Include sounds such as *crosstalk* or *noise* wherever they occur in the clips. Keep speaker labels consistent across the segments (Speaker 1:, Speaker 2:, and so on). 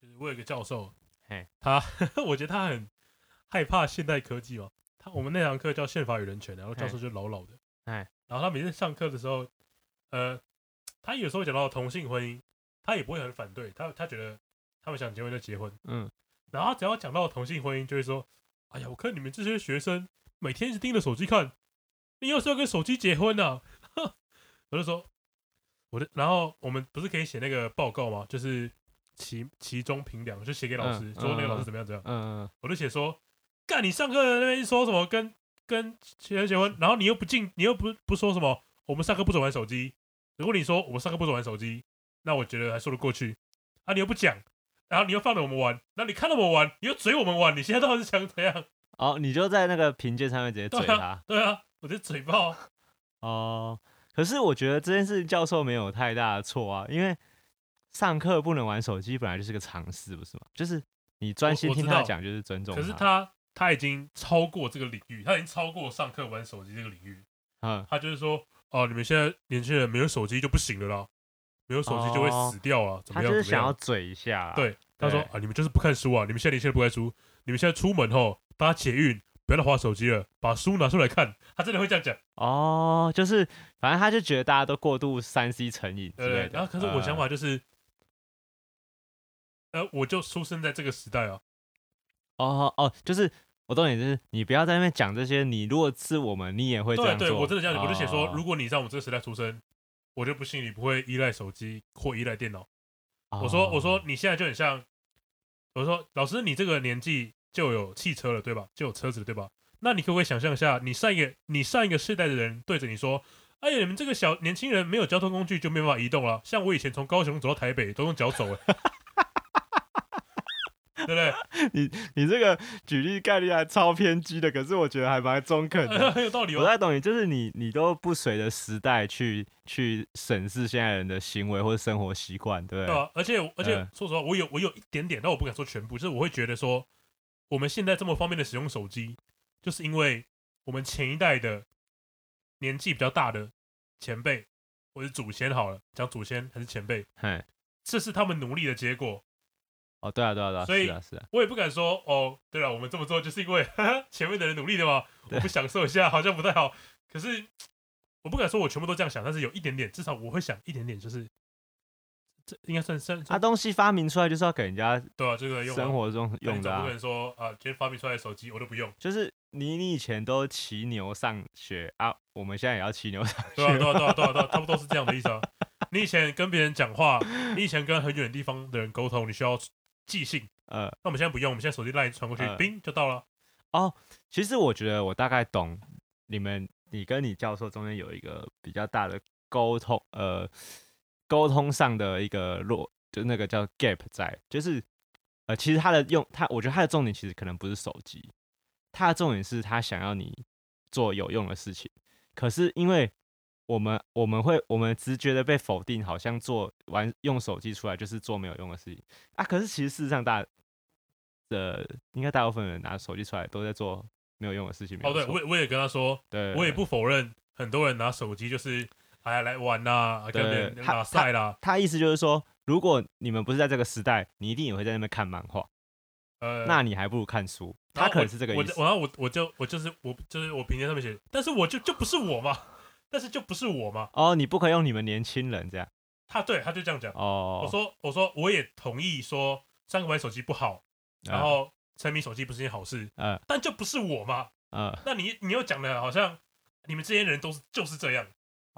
Speaker 1: 就是我有一个教授
Speaker 2: 嘿，
Speaker 1: 他 *laughs* 我觉得他很害怕现代科技哦。他我们那堂课叫宪法与人权，然后教授就老老的，
Speaker 2: 嘿
Speaker 1: 然后他每次上课的时候，呃，他有时候会讲到同性婚姻，他也不会很反对，他他觉得他们想结婚就结婚，
Speaker 2: 嗯，
Speaker 1: 然后他只要讲到同性婚姻，就会说：“哎呀，我看你们这些学生每天一直盯着手机看，你又是要跟手机结婚呐、啊？” *laughs* 我就说：“我的。”然后我们不是可以写那个报告吗？就是其其中评量，就写给老师，
Speaker 2: 嗯
Speaker 1: 说那个
Speaker 2: 嗯
Speaker 1: 老师怎么样怎么样。
Speaker 2: 嗯嗯
Speaker 1: 我就写说：“干，你上课的那边说什么跟跟学生结婚，然后你又不进，你又不不说什么，我们上课不准玩手机。如果你说我们上课不准玩手机，那我觉得还说得过去。啊，你又不讲，然后你又放着我们玩，然后你看到我们玩，你又嘴我们玩，你现在到底是想怎样？
Speaker 2: 哦，你就在那个评鉴上面直接嘴
Speaker 1: 对啊
Speaker 2: 他
Speaker 1: 对啊，我的嘴炮。
Speaker 2: 哦。可是我觉得这件事情教授没有太大的错啊，因为上课不能玩手机本来就是个常识，不是吗？就是你专心
Speaker 1: 我
Speaker 2: 听
Speaker 1: 知
Speaker 2: 他
Speaker 1: 道
Speaker 2: 讲就是尊重
Speaker 1: 可是他他已经超过这个领域，他已经超过上课玩手机这个领域。
Speaker 2: 嗯，
Speaker 1: 他就是说，哦、你们现在年轻人没有手机就不行了啦，没有手机就
Speaker 2: 哦
Speaker 1: 会死掉啊，怎
Speaker 2: 他
Speaker 1: 么
Speaker 2: 就
Speaker 1: 样？
Speaker 2: 是
Speaker 1: 怎么
Speaker 2: 想
Speaker 1: 样？
Speaker 2: 要嘴一下啦。
Speaker 1: 对他说
Speaker 2: 对
Speaker 1: 啊，你们就是不看书啊，你们现在年轻人不看书，你们现在出门吼，搭捷运不要再划手机了，把书拿出来看。他真的会这样讲，
Speaker 2: 哦，就是反正他就觉得大家都过度三 C 成瘾之
Speaker 1: 对不对
Speaker 2: 类？的。
Speaker 1: 然后可是我想
Speaker 2: 呃
Speaker 1: 法就是，呃，我就出生在这个时代啊，
Speaker 2: 哦哦，就是我懂你，就是你不要在那边讲这些。你如果是我们，你也会这
Speaker 1: 对
Speaker 2: 样
Speaker 1: 对，
Speaker 2: 做
Speaker 1: 我真的这样，我就写说，
Speaker 2: 哦
Speaker 1: 如果你在我们这个时代出生，我就不信你不会依赖手机或依赖电脑。我说
Speaker 2: 哦
Speaker 1: 我说你现在就很像，我说老师你这个年纪就有汽车了对吧？就有车子了对吧？那你可不可以想象一下，你上一个你上一个世代的人对着你说，哎呀，你们这个小年轻人没有交通工具就没办法移动了。像我以前从高雄走到台北都用脚走了。 *laughs* 对不对？
Speaker 2: *laughs* 你这个举例概率还超偏激的，可是我觉得还蛮中
Speaker 1: *laughs*
Speaker 2: 肯 *laughs* 的。
Speaker 1: 很有道理
Speaker 2: 我
Speaker 1: 哦。
Speaker 2: 在懂你，就是你，你都不随着时代去去审视现在人的行为或者生活习惯，对不
Speaker 1: 对
Speaker 2: 对？
Speaker 1: 啊，而且我而且
Speaker 2: 嗯
Speaker 1: 说实话，我有我有一点点，但我不敢说全部，就是我会觉得说，我们现在这么方便的使用手机，就是因为我们前一代的年纪比较大的前辈或者祖先好了，讲祖先还是前辈，
Speaker 2: 嘿，
Speaker 1: 这是他们努力的结果。
Speaker 2: 哦，对啊，对啊，对啊，
Speaker 1: 所以
Speaker 2: 是啊，是啊，
Speaker 1: 我也不敢说哦，对了，我们这么做就是因为 *laughs* 前面的人努力的嘛，
Speaker 2: 对
Speaker 1: 我不享受一下好像不太好。可是我不敢说我全部都这样想，但是有一点点，至少我会想一点点，就是这应该算算
Speaker 2: 啊，东西发明出来就是要给人家
Speaker 1: 对啊，这个用啊
Speaker 2: 生活中
Speaker 1: 那
Speaker 2: 用
Speaker 1: 你总
Speaker 2: 的、
Speaker 1: 不
Speaker 2: 啊
Speaker 1: 可，能说啊，今天发明出来的手机我都不用，
Speaker 2: 就是你你以前都骑牛上学啊，我们现在也要骑牛上学
Speaker 1: 对啊，对啊，对啊，对啊，对啊，差不多是这样的意思啊。你以前跟别人讲话，你以前跟很远的地方的人沟通，你需要寄信，
Speaker 2: 呃，
Speaker 1: 那我们现在不用，我们现在手机 line 传过去
Speaker 2: 呃，
Speaker 1: 冰就到了。
Speaker 2: 其实我觉得我大概懂你们，你跟你教授中间有一个比较大的沟通，呃，沟通上的一个落，就那个叫 gap 在，就是呃，其实他的用他，我觉得他的重点其实可能不是手机，他的重点是他想要你做有用的事情，可是因为我们我们会我们直觉的被否定，好像做玩用手机出来就是做没有用的事情啊，可是其实事实上大。的应该大部分人拿手机出来都在做没有用的事情。没
Speaker 1: 哦，
Speaker 2: 有
Speaker 1: 对，
Speaker 2: 错
Speaker 1: 我也我也跟他说，
Speaker 2: 对，
Speaker 1: 我也不否认，很多人拿手机就是哎来玩呐，啊跟别人
Speaker 2: 对他
Speaker 1: 打赛啦，
Speaker 2: 他意思就是说，如果你们不是在这个时代，你一定也会在那边看漫画，
Speaker 1: 呃，
Speaker 2: 那你还不如看书。他可能是这个
Speaker 1: 我
Speaker 2: 意
Speaker 1: 就
Speaker 2: 思。
Speaker 1: 我然后我我就我就是我就是我评论上面写，但是我就就不是我嘛，但是就不是我嘛，
Speaker 2: 哦，你不可以用你们年轻人这样
Speaker 1: 他对他就这样讲。
Speaker 2: 哦。
Speaker 1: 我说我说我也同意说三个玩手机不好，
Speaker 2: 呃，
Speaker 1: 然后沉迷手机不是件好事，
Speaker 2: 呃
Speaker 1: 但就不是我嘛？
Speaker 2: 呃
Speaker 1: 那你你又讲的好像你们这些人都是就是这样的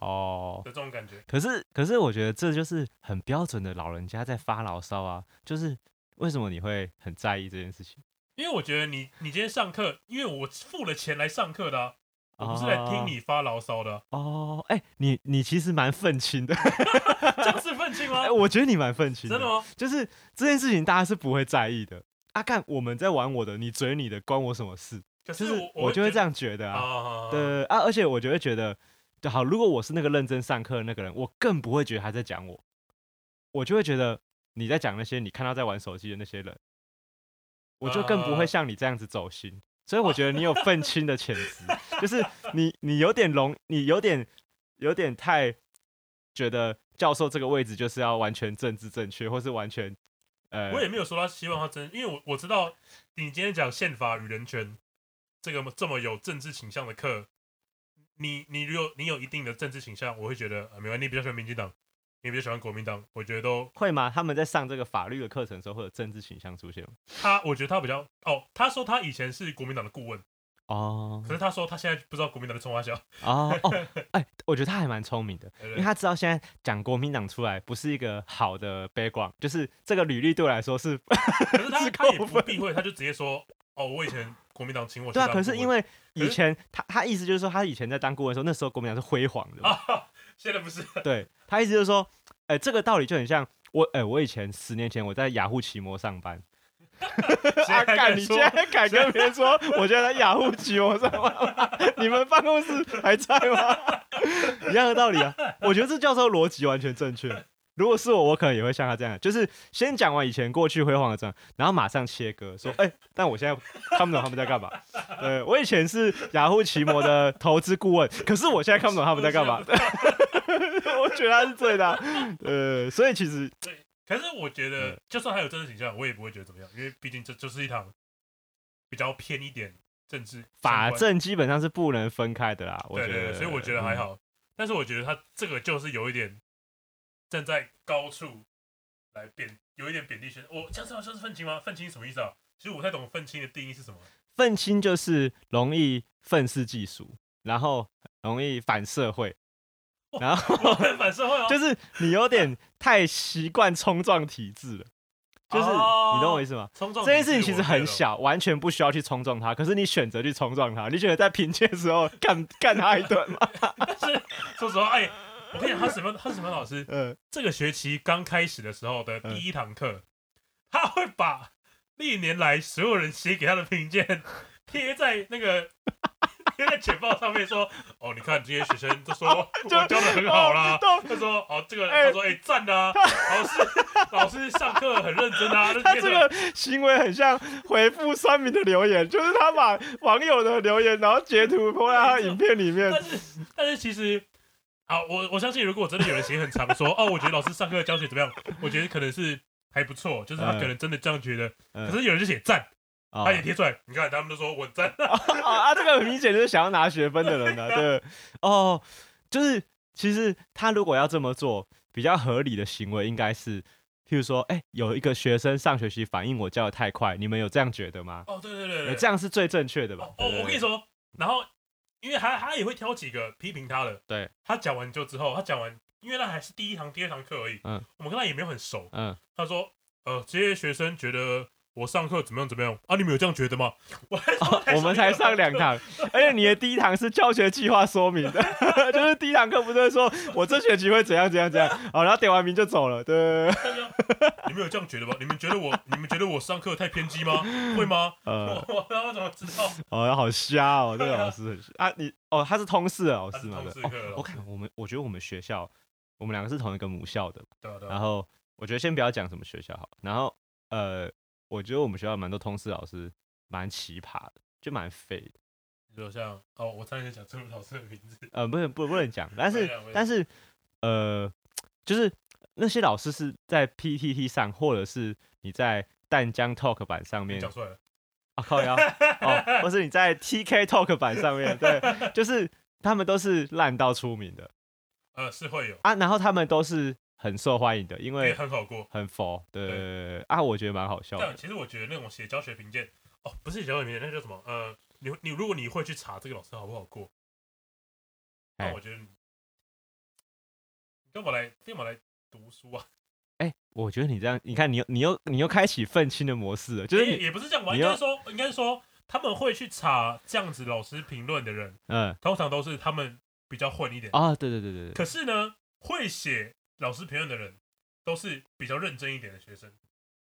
Speaker 2: 哦，
Speaker 1: 这种感觉。
Speaker 2: 可是可是我觉得这就是很标准的老人家在发牢骚啊，就是为什么你会很在意这件事情？
Speaker 1: 因为我觉得你你今天上课，因为我付了钱来上课的啊、我不是来听你发牢骚的啊、
Speaker 2: 哦，哎、你你其实蛮愤青的，
Speaker 1: 这样是愤青吗
Speaker 2: *laughs* 哎、？我觉得你蛮愤青
Speaker 1: 啊真的吗？
Speaker 2: 就是这件事情大家是不会在意的。啊，干，我们在玩我的，你追你的，关我什么事？
Speaker 1: 可
Speaker 2: 就是
Speaker 1: 我
Speaker 2: 我就会这
Speaker 1: 样
Speaker 2: 样觉得啊。
Speaker 1: 啊
Speaker 2: 对啊，而且我就会觉得，就好，如果我是那个认真上课的那个人，我更不会觉得他在讲我，我就会觉得你在讲那些你看到在玩手机的那些人，我就更不会
Speaker 1: 呃哦
Speaker 2: 像你这样子走心。所以我觉得你有愤青的潜质， *laughs* 就是你你有点容，你有点有点太觉得教授这个位置就是要完全政治正确，或是完全呃
Speaker 1: 我，也没有说他希望他真，因为我我知道你今天讲宪法与人权这个这么有政治倾向的课，你你如果你有一定的政治倾向，我会觉得呃，没关系，你比较喜欢民进党，你比较喜欢国民党，我觉得都
Speaker 2: 会吗？他们在上这个法律的课程的时候，会有政治倾向出现吗？
Speaker 1: 他，我觉得他比较哦，他说他以前是国民党的顾问，
Speaker 2: 哦
Speaker 1: 可是他说他现在不知道国民党的冲花
Speaker 2: *laughs*
Speaker 1: 小，
Speaker 2: 哦
Speaker 1: *laughs*
Speaker 2: 哦，哎，我觉得他还蛮聪明的，
Speaker 1: 对
Speaker 2: 因
Speaker 1: 不
Speaker 2: 为
Speaker 1: 对
Speaker 2: 他知道现在讲国民党出来不是一个好的 background，就是这个履历对我来说是
Speaker 1: 可是他
Speaker 2: 是
Speaker 1: 他也
Speaker 2: 扣
Speaker 1: 不
Speaker 2: 分
Speaker 1: 避讳，他就直接说哦，我以前国民党请我去
Speaker 2: 对啊，
Speaker 1: 当
Speaker 2: 可是
Speaker 1: 顾
Speaker 2: 因
Speaker 1: 问
Speaker 2: 为
Speaker 1: 可
Speaker 2: 以
Speaker 1: 是
Speaker 2: 前他他意思就是说，他以前在当顾问的时候，那时候国民党是辉煌的嘛，
Speaker 1: 啊，现在不是
Speaker 2: 对他意思就是说，哎、这个道理就很像我，哎、我以前十年前我在雅虎奇摩上
Speaker 1: *laughs*
Speaker 2: 班，
Speaker 1: 谁还
Speaker 2: 干
Speaker 1: 敢
Speaker 2: 你
Speaker 1: 说
Speaker 2: 竟然敢跟别人说，我现在在雅虎奇摩上班， *laughs* 你们办公室还在吗？ *laughs* 一样的道理啊，我觉得这教授逻辑完全正确。如果是我，我可能也会像他这样，就是先讲完以前过去辉煌的这样，然后马上切割，说，哎、但我现在看不懂他们在干嘛。对我以前是雅虎奇摩的投资顾问，可是我现在看不懂他们在干嘛。 *laughs* 我觉得他是对的啊、呃，所以其实
Speaker 1: 可是我觉得
Speaker 2: 嗯，
Speaker 1: 就算他有政治倾向，我也不会觉得怎么样，因为毕竟这就是一堂比较偏一点政治
Speaker 2: 法
Speaker 1: 政，
Speaker 2: 政基本上是不能分开的啦。我
Speaker 1: 对
Speaker 2: 觉得，
Speaker 1: 对对，所以我觉得还
Speaker 2: 嗯。
Speaker 1: 好。但是我觉得他这个就是有一点站在高处来贬，有一点贬低学生。我这样子好像是愤青吗？愤青是什么意思啊？其实我不太懂愤青的定义是什么。
Speaker 2: 愤青就是容易愤世嫉俗，然后容易反社会，然后
Speaker 1: 我很反社会哦，
Speaker 2: *laughs* 就是是你有点太习惯冲撞体制了，就是你懂我意思吗？
Speaker 1: 冲撞
Speaker 2: 这件事
Speaker 1: 哦
Speaker 2: 情
Speaker 1: 体
Speaker 2: 其
Speaker 1: 制
Speaker 2: 实
Speaker 1: 我觉得 *laughs*
Speaker 2: 很小，完全不需要去冲撞它。可是你选择去冲撞它，你选择在贫瘠的时候干 *laughs* 干他一
Speaker 1: *laughs*
Speaker 2: 顿嘛？
Speaker 1: 说实话，哎，我跟你讲，他什么他什么老师，
Speaker 2: *laughs* 嗯，
Speaker 1: 这个学期刚开始的时候的第一堂课，他会把历年来所有人写给他的评鉴 *laughs* 贴在那个 *laughs* 贴在简报上面说， *laughs* 哦，你看这些学生
Speaker 2: *laughs*
Speaker 1: 都说我教的很好啦
Speaker 2: 哦。都
Speaker 1: 他说：“哦， *laughs* 这个
Speaker 2: 哎
Speaker 1: 他说，哎，赞的啊，老
Speaker 2: *laughs*
Speaker 1: 师老师上课很认真啊。”
Speaker 2: 他
Speaker 1: 那
Speaker 2: 这个行为很像回复酸民的留言，就是他把网友的留言，然后截图放在他影片里面。
Speaker 1: 但是但是其实，好，我我相信，如果真的有人写很长，
Speaker 2: *laughs*
Speaker 1: 说哦，我觉得老师上课教学怎么样，我觉得可能是还不错，就是他
Speaker 2: 嗯
Speaker 1: 可能真的这样觉得。
Speaker 2: 嗯
Speaker 1: 可是有人就写赞，
Speaker 2: 啊
Speaker 1: 他也贴出来，你看他们都说我很赞，
Speaker 2: *laughs* 啊啊，这个很明显就是想要拿学分的人呢、
Speaker 1: *laughs*
Speaker 2: 啊对，哦，就是其实他如果要这么做，比较合理的行为应该是，譬如说，哎、有一个学生上学期反应我教的太快，你们有这样觉得吗？
Speaker 1: 哦，对对对
Speaker 2: 呃
Speaker 1: 对，
Speaker 2: 这样是最正确的吧
Speaker 1: 哦？哦，我跟你
Speaker 2: 说，
Speaker 1: 说，然后因为他他也会挑几个批评他的，
Speaker 2: 对，
Speaker 1: 他讲完就之后，他讲完，因为那还是第一堂、第二堂课而已，
Speaker 2: 嗯，
Speaker 1: 我们跟他也没有很熟，
Speaker 2: 嗯，
Speaker 1: 他说，呃，这些学生觉得我上课怎么样怎么样啊？你们有这样觉得吗？我还说
Speaker 2: 哦我们才上两，堂，而且你的第一堂是教学计划说明的， *laughs* 就是第一堂课不是会说我这学期会怎样怎样怎样，好，然后点完名就走了，对，
Speaker 1: 他说 *laughs* 你们有这样觉得吗？你们觉得我，你们觉得我上课太偏激
Speaker 2: *laughs*
Speaker 1: 吗？会吗？
Speaker 2: 呃，
Speaker 1: 我我我怎么知道？
Speaker 2: 哦，好瞎哦，这个老
Speaker 1: *laughs*
Speaker 2: 师很瞎啊，你哦，他是通识的老
Speaker 1: 他
Speaker 2: 师
Speaker 1: 是
Speaker 2: 吗？
Speaker 1: 通
Speaker 2: 对
Speaker 1: 识
Speaker 2: 哦
Speaker 1: 课的老
Speaker 2: 我看我们，我觉得我们学校，我们两个是同一个母校的。
Speaker 1: 对啊对啊
Speaker 2: 然后我觉得先不要讲什么学校好了，然后呃，我觉得我们学校蛮多通识老师蛮奇葩的，就蛮废的。
Speaker 1: 比如像哦，我差点想讲这位老师的名字，
Speaker 2: 呃，不能不不能讲，但
Speaker 1: 不能
Speaker 2: 是
Speaker 1: 讲不能
Speaker 2: 但是呃，就是那些老师是在 PTT 上，或者是你在淡江 Talk 版上面
Speaker 1: 讲出来了，
Speaker 2: 啊靠腰哦，或是你在 TK Talk 版上面，对，就是他们都是烂到出名的
Speaker 1: 呃，是会有，
Speaker 2: 啊，然后他们都是很受欢迎的，因
Speaker 1: 也
Speaker 2: 为
Speaker 1: 很好过。
Speaker 2: 很佛，对
Speaker 1: 对
Speaker 2: 对对对啊，我觉得蛮好笑
Speaker 1: 但
Speaker 2: 的，
Speaker 1: 其实我觉得那种写教学评鉴，哦，不是写教学评鉴，那叫什么？呃，你你如果你会去查这个老师好不好过，
Speaker 2: 哎
Speaker 1: 那我觉得你你干嘛来干嘛来读书啊？
Speaker 2: 哎、我觉得你这样，你看你又你又你又开启愤青的模式了，就是
Speaker 1: 也
Speaker 2: 你
Speaker 1: 也不是这样玩，
Speaker 2: 你
Speaker 1: 应该
Speaker 2: 要
Speaker 1: 是说应该是说他们会去查这样子老师评论的人，
Speaker 2: 嗯
Speaker 1: 通常都是他们比较混一点。
Speaker 2: 啊，对对对对对，
Speaker 1: 可是呢，会写老师评论的人都是比较认真一点的学生，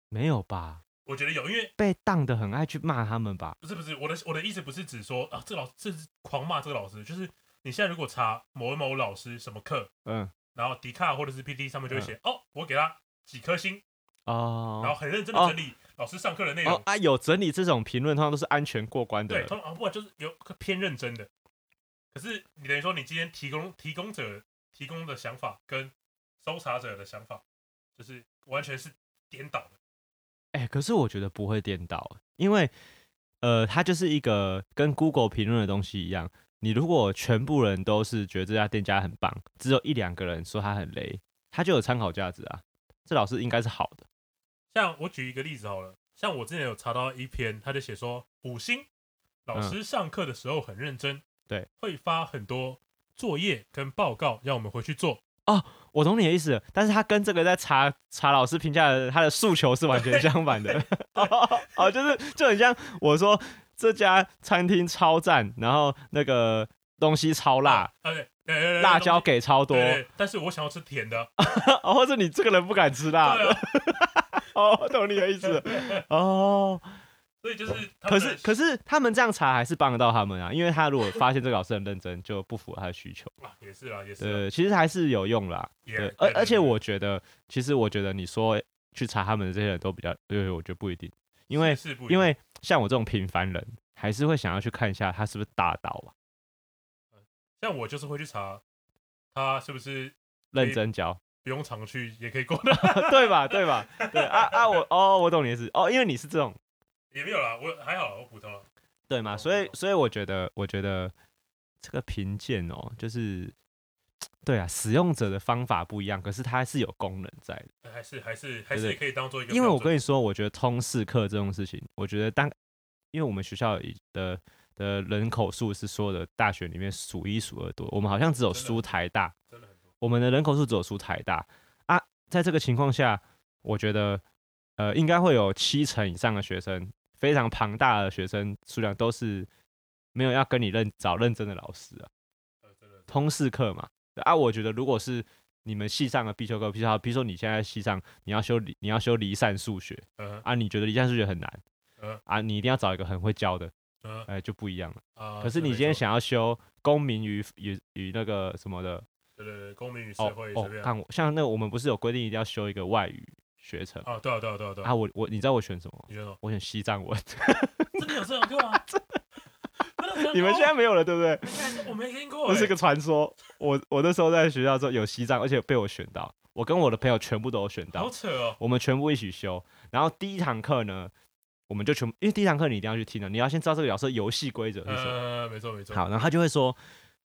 Speaker 2: 没有吧？
Speaker 1: 我觉得有，因为
Speaker 2: 被当的很爱去骂他们吧？
Speaker 1: 不是不是，我的我的意思不是指说啊，这个老师这是狂骂这个老师，就是你现在如果查某某老师什么课，
Speaker 2: 嗯
Speaker 1: 然后迪卡或者是 PT 上面就会写、哦，我给他几颗星，然后
Speaker 2: 哦
Speaker 1: 很认真的整理老师上课的内容。
Speaker 2: 哦啊，有整理这种评论，通常都是安全过关的
Speaker 1: 对，
Speaker 2: 人，
Speaker 1: 通常不管就是有偏认真的，可是你等于说你今天提供提供者提供的想法跟搜查者的想法，就是完全是颠倒的。
Speaker 2: 哎、可是我觉得不会颠倒，因为呃，它就是一个跟 Google 评论的东西一样。你如果全部人都是觉得这家店家很棒，只有一两个人说它很雷，它就有参考价值啊。这老师应该是好的，
Speaker 1: 像我举一个例子好了，像我之前有查到一篇，他就写说五星老师上课的时候很认真，
Speaker 2: 嗯对，
Speaker 1: 会发很多作业跟报告让我们回去做，
Speaker 2: 我懂你的意思了。但是他跟这个在查查老师评价的他的诉求是完全相反的。 *laughs* 哦，就是就很像我说这家餐厅超赞，然后那个东西超辣，
Speaker 1: 啊，对对对对
Speaker 2: 辣椒给超多
Speaker 1: 对，对，对但是我想要吃甜的，
Speaker 2: 哦，或者你这个人不敢吃辣。
Speaker 1: 对啊，
Speaker 2: 哦，我懂你的意思了。哦，
Speaker 1: 所以就是
Speaker 2: *laughs*
Speaker 1: 他
Speaker 2: 可
Speaker 1: 们
Speaker 2: 是
Speaker 1: 的，
Speaker 2: 可是他们这样查还是帮得到他们啊，因为他如果发现这个老师很认真，就不符合他的需求。
Speaker 1: 啊也是啊，也是啊，
Speaker 2: 呃，其实还是有用啦。
Speaker 1: 也
Speaker 2: 对，
Speaker 1: 对
Speaker 2: 而
Speaker 1: 对
Speaker 2: 而且
Speaker 1: 对
Speaker 2: 我觉得，其实我觉得你说去查他们的这些人都比较，对，我觉得不一定，因为
Speaker 1: 是不一
Speaker 2: 因
Speaker 1: 样
Speaker 2: 为像我这种平凡人，还是会想要去看一下他是不是大刀啊，
Speaker 1: 像我就是会去查他是不是
Speaker 2: 认
Speaker 1: 对
Speaker 2: 真教， *laughs*
Speaker 1: 不用常去也可以过的， *laughs*
Speaker 2: 对吧？对吧？对啊啊，我哦，我懂你的意思哦，因为你是这种
Speaker 1: 也没有啦，我还好，我普通了，
Speaker 2: 对嘛，
Speaker 1: 哦
Speaker 2: 所以
Speaker 1: 懂
Speaker 2: 所以我觉得，我觉得这个评鉴哦，就是对啊，使用者的方法不一样，可是它是有功能在的。
Speaker 1: 还是还是还
Speaker 2: 对
Speaker 1: 是
Speaker 2: 对
Speaker 1: 可以当做一个标准，
Speaker 2: 因为我跟你说，我觉得通识课这种事情，我觉得当因为我们学校以的的人口数是所有的大学里面数一数二多，我们好像只有
Speaker 1: 真的
Speaker 2: 输台大，
Speaker 1: 真的很多，
Speaker 2: 我们的人口数只有输台大啊。在这个情况下，我觉得呃，应该会有七成以上的学生，非常庞大的学生数量都是没有要跟你认找认真的老师啊，
Speaker 1: 呃真的
Speaker 2: 通识课嘛。啊，我觉得如果是你们系上的必修课，比如说比如说你现在系上你要修离你要修离散数学，
Speaker 1: 嗯
Speaker 2: 啊，你觉得离散数学很难，
Speaker 1: 嗯
Speaker 2: 啊，你一定要找一个很会教的，
Speaker 1: 嗯
Speaker 2: 哎、就不一样了。
Speaker 1: 啊，
Speaker 2: 可是
Speaker 1: 没
Speaker 2: 你今天
Speaker 1: 错，
Speaker 2: 想要修公民与与与那个什么的，
Speaker 1: 对对对，公民与社
Speaker 2: 哦
Speaker 1: 会
Speaker 2: 哦
Speaker 1: 随，便啊，
Speaker 2: 看我像那个我们不是有规定一定要修一个外语学程
Speaker 1: 啊对啊对啊对啊对啊
Speaker 2: 啊？，我我你知道我选什么？
Speaker 1: 你觉得呢？
Speaker 2: 我选西
Speaker 1: *laughs*
Speaker 2: 藏文。
Speaker 1: 真的有这堂课
Speaker 2: *laughs*
Speaker 1: 吗？啊真的
Speaker 2: 你们现在没有了，对
Speaker 1: *laughs*
Speaker 2: 不对？
Speaker 1: 在我没听过
Speaker 2: 这
Speaker 1: 欸，
Speaker 2: 是个传说。我我那时候在学校的时候有西藏，而且被我选到，我跟我的朋友全部都有选到
Speaker 1: 好，扯哦，
Speaker 2: 我们全部一起修。然后第一堂课呢，我们就全部，因为第一堂课你一定要去听的，你要先知道这个角色游戏规则是什么。
Speaker 1: 呃，没错没错，
Speaker 2: 好，然后他就会说，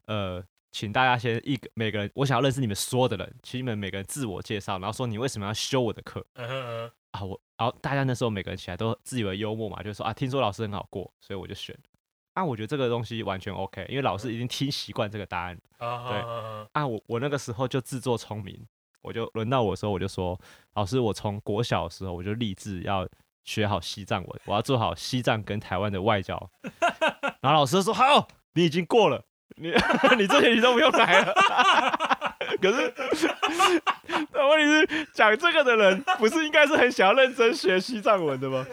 Speaker 2: 呃，请大家先一个每个人，我想要认识你们所有的人，请你们每个人自我介绍，然后说你为什么要修我的课
Speaker 1: 嗯哼嗯哼
Speaker 2: 啊？我，然后大家那时候每个人起来都自以为幽默嘛，就说啊，听说老师很好过，所以我就选。啊，我觉得这个东西完全 OK，因为老师已经听习惯这个答案了
Speaker 1: 啊
Speaker 2: 对
Speaker 1: 好好好好
Speaker 2: 啊。我我那个时候就自作聪明，我就轮到我的时候，我就说，老师，我从国小的时候我就立志要学好西藏文，我要做好西藏跟台湾的外交。
Speaker 1: *laughs*
Speaker 2: 然后老师就说好，你已经过了，
Speaker 1: *laughs*
Speaker 2: 你你这学期都不用来了。 *laughs* 可是，但问题是讲这个的人不是应该是很想要认真学西藏文的吗？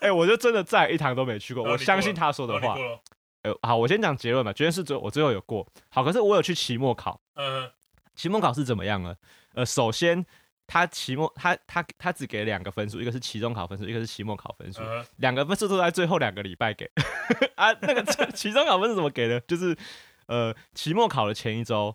Speaker 2: 哎、我就真的再一堂都没去过，
Speaker 1: 然后
Speaker 2: 我
Speaker 1: 你
Speaker 2: 相
Speaker 1: 过
Speaker 2: 信
Speaker 1: 了
Speaker 2: 他说的
Speaker 1: 哦你
Speaker 2: 话
Speaker 1: 过。了，
Speaker 2: 呃，好，我先讲结论吧。结论是最我最后有过，好，可是我有去期末考。
Speaker 1: 嗯，
Speaker 2: 期末考是怎么样呢？呃，首先他期末他他他只给两个分数，一个是期中考分数，一个是期末考分数，
Speaker 1: 嗯
Speaker 2: 两个分数都在最后两个礼拜给 *laughs* 啊。那个 *laughs* 期中考分数怎么给呢？就是呃，期末考的前一周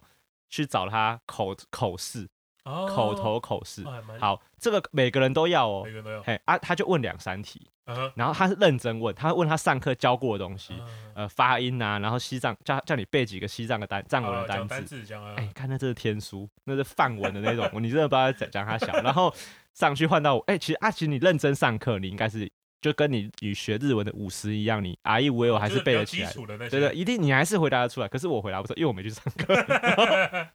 Speaker 2: 去找他口口试，
Speaker 1: 哦
Speaker 2: 口头口试。
Speaker 1: 哦还哎蛮，
Speaker 2: 好，这个每个人都要哦
Speaker 1: 每。个人都有，
Speaker 2: 嘿啊，他就问两三题，
Speaker 1: 嗯哼
Speaker 2: 然后他是认真问，他问他上课教过的东西，
Speaker 1: 嗯
Speaker 2: 呃，发音啊，然后西藏叫叫你背几个西藏的单藏文
Speaker 1: 啊
Speaker 2: 的
Speaker 1: 讲
Speaker 2: 单
Speaker 1: 单
Speaker 2: 字，
Speaker 1: 字讲啊
Speaker 2: 哎、，看那这是天书，那是范文的那种， *laughs* 你真的不知道在讲他小。然后上去换到我，哎、其实啊，其实你认真上课，你应该是就跟你你学日文的五十一样，你 R E V O 还
Speaker 1: 就是比
Speaker 2: 背
Speaker 1: 较
Speaker 2: 得起来
Speaker 1: 基。础的那些，
Speaker 2: 对对，一定你还是回答得出来，可是我回答不出来，因为我没去上课。 *laughs* 然后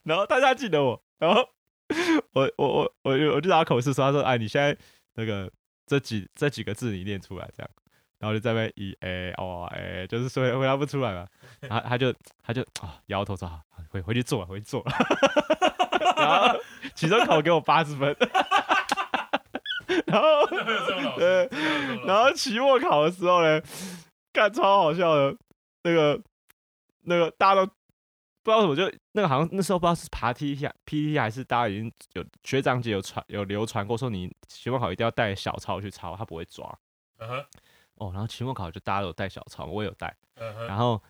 Speaker 2: 然后大家记得我，然后 *laughs* 我我我我就我就打口试说，他说哎，你现在那个这几这几个字你念出来这样，然后就在那边以哎哦哎，就是说回答不出来嘛，然后他就他就啊、摇头说好回回去做吧回去做 *laughs* 吧，然后期中考给我八十分，然后
Speaker 1: 真的 *laughs* 会有这种老
Speaker 2: 对
Speaker 1: 师，真的会有这种
Speaker 2: 然
Speaker 1: 老
Speaker 2: 后
Speaker 1: 师
Speaker 2: 期末考的时候呢，干超好笑的，那个那个大家都不知道怎么就那个好像那时候不知道是爬 T 下 P T 还是大家已经有学长姐有传有流传过说你期末考一定要带小抄去抄，他不会抓
Speaker 1: 嗯哼
Speaker 2: 哦。然后期末考就大家都有带小抄，我也有带，
Speaker 1: 嗯哼
Speaker 2: 然后。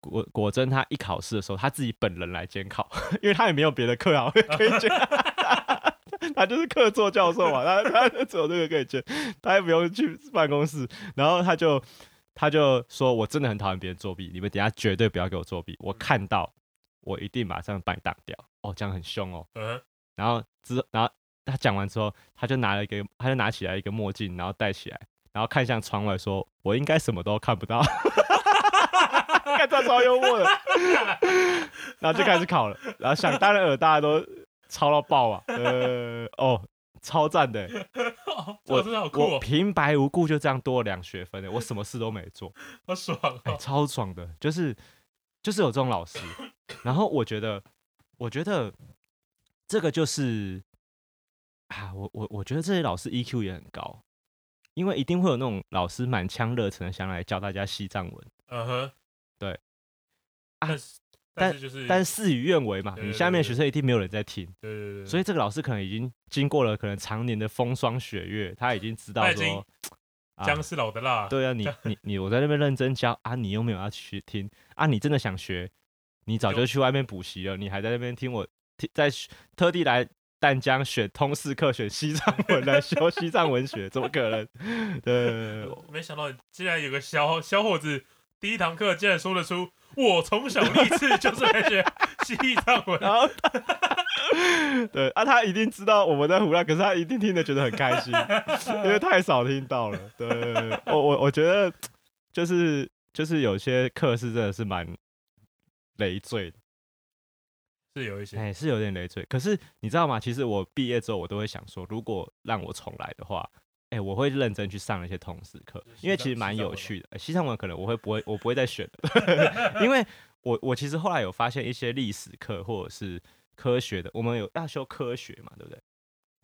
Speaker 2: 果果真，他一 *laughs* 考试的时候，他自己本人来监考，因为他也没有别的课啊可以监。 *laughs* 他就是客座教授嘛，他他就只有这个可以签，他也不用去办公室，然后他就他就说我真的很讨厌别人作弊，你们等一下绝对不要给我作弊，我看到我一定马上把你挡掉。哦，这样很凶哦。
Speaker 1: 嗯，
Speaker 2: 然后之然后他讲完之后，他就拿了一个，他就拿起来一个墨镜，然后戴起来，然后看向窗外说：“我应该什么都看不到。” *laughs* 看这超幽默的， *laughs* 然后就开始考了，然后想当然尔大家都抄到爆啊，呃，哦，超赞的欸、
Speaker 1: *laughs* 哦这
Speaker 2: 我
Speaker 1: 老师好酷
Speaker 2: 我
Speaker 1: 哦，
Speaker 2: 平白无故就这样多了两学分的，欸我什么事都没做，
Speaker 1: 好爽
Speaker 2: 哎、
Speaker 1: 哦，
Speaker 2: 超爽的，就是就是有这种老师。然后我觉得，我觉得这个就是啊，我我我觉得这些老师 EQ 也很高，因为一定会有那种老师满腔热忱的想来教大家西藏文，
Speaker 1: 嗯哼，
Speaker 2: 对啊
Speaker 1: 但是但是就是，
Speaker 2: 但
Speaker 1: 是
Speaker 2: 事与愿违嘛，
Speaker 1: 嗯对对
Speaker 2: 你
Speaker 1: 对
Speaker 2: 下面的
Speaker 1: 对
Speaker 2: 学生一定没有人在听，
Speaker 1: 对对对，
Speaker 2: 所以这个老师可能已经经过了可能常年的风霜雪月，他已经知道
Speaker 1: 他已经
Speaker 2: 说。啊
Speaker 1: 姜是老的辣，
Speaker 2: 对啊，你你你，我在那边认真教啊，你又没有要去听啊，你真的想学，你早就
Speaker 1: 就
Speaker 2: 去外面补习了，你还在那边听我听，在学特地来淡江选通识课，选西藏文来修西藏文学，怎么可能？对，
Speaker 1: *laughs* 呃，没想到你竟然有个小小伙子，第一堂课竟然说得出“我从小立志就是来学西藏文 *laughs*
Speaker 2: 然后他对啊，他一 *laughs* 定知道我们在胡乱，可是他一定听得觉得很开心，因为太少听到了。对，我我我觉得就是就是有些课是真的是蛮累赘的。”，
Speaker 1: 是有一些，
Speaker 2: 哎、是有点累赘。可是你知道吗？其实我毕业之后，我都会想说，如果让我重来的话，哎、我会认真去上一些通识课
Speaker 1: 就是，
Speaker 2: 因为
Speaker 1: 西
Speaker 2: 其实
Speaker 1: 藏
Speaker 2: 蛮
Speaker 1: 西藏
Speaker 2: 有
Speaker 1: 文
Speaker 2: 趣的。呃西藏文可能我会不会，我不会再选了， *laughs* 因为我我其实后来有发现一些历史课或者是科学的，我们有要修科学嘛，对不对？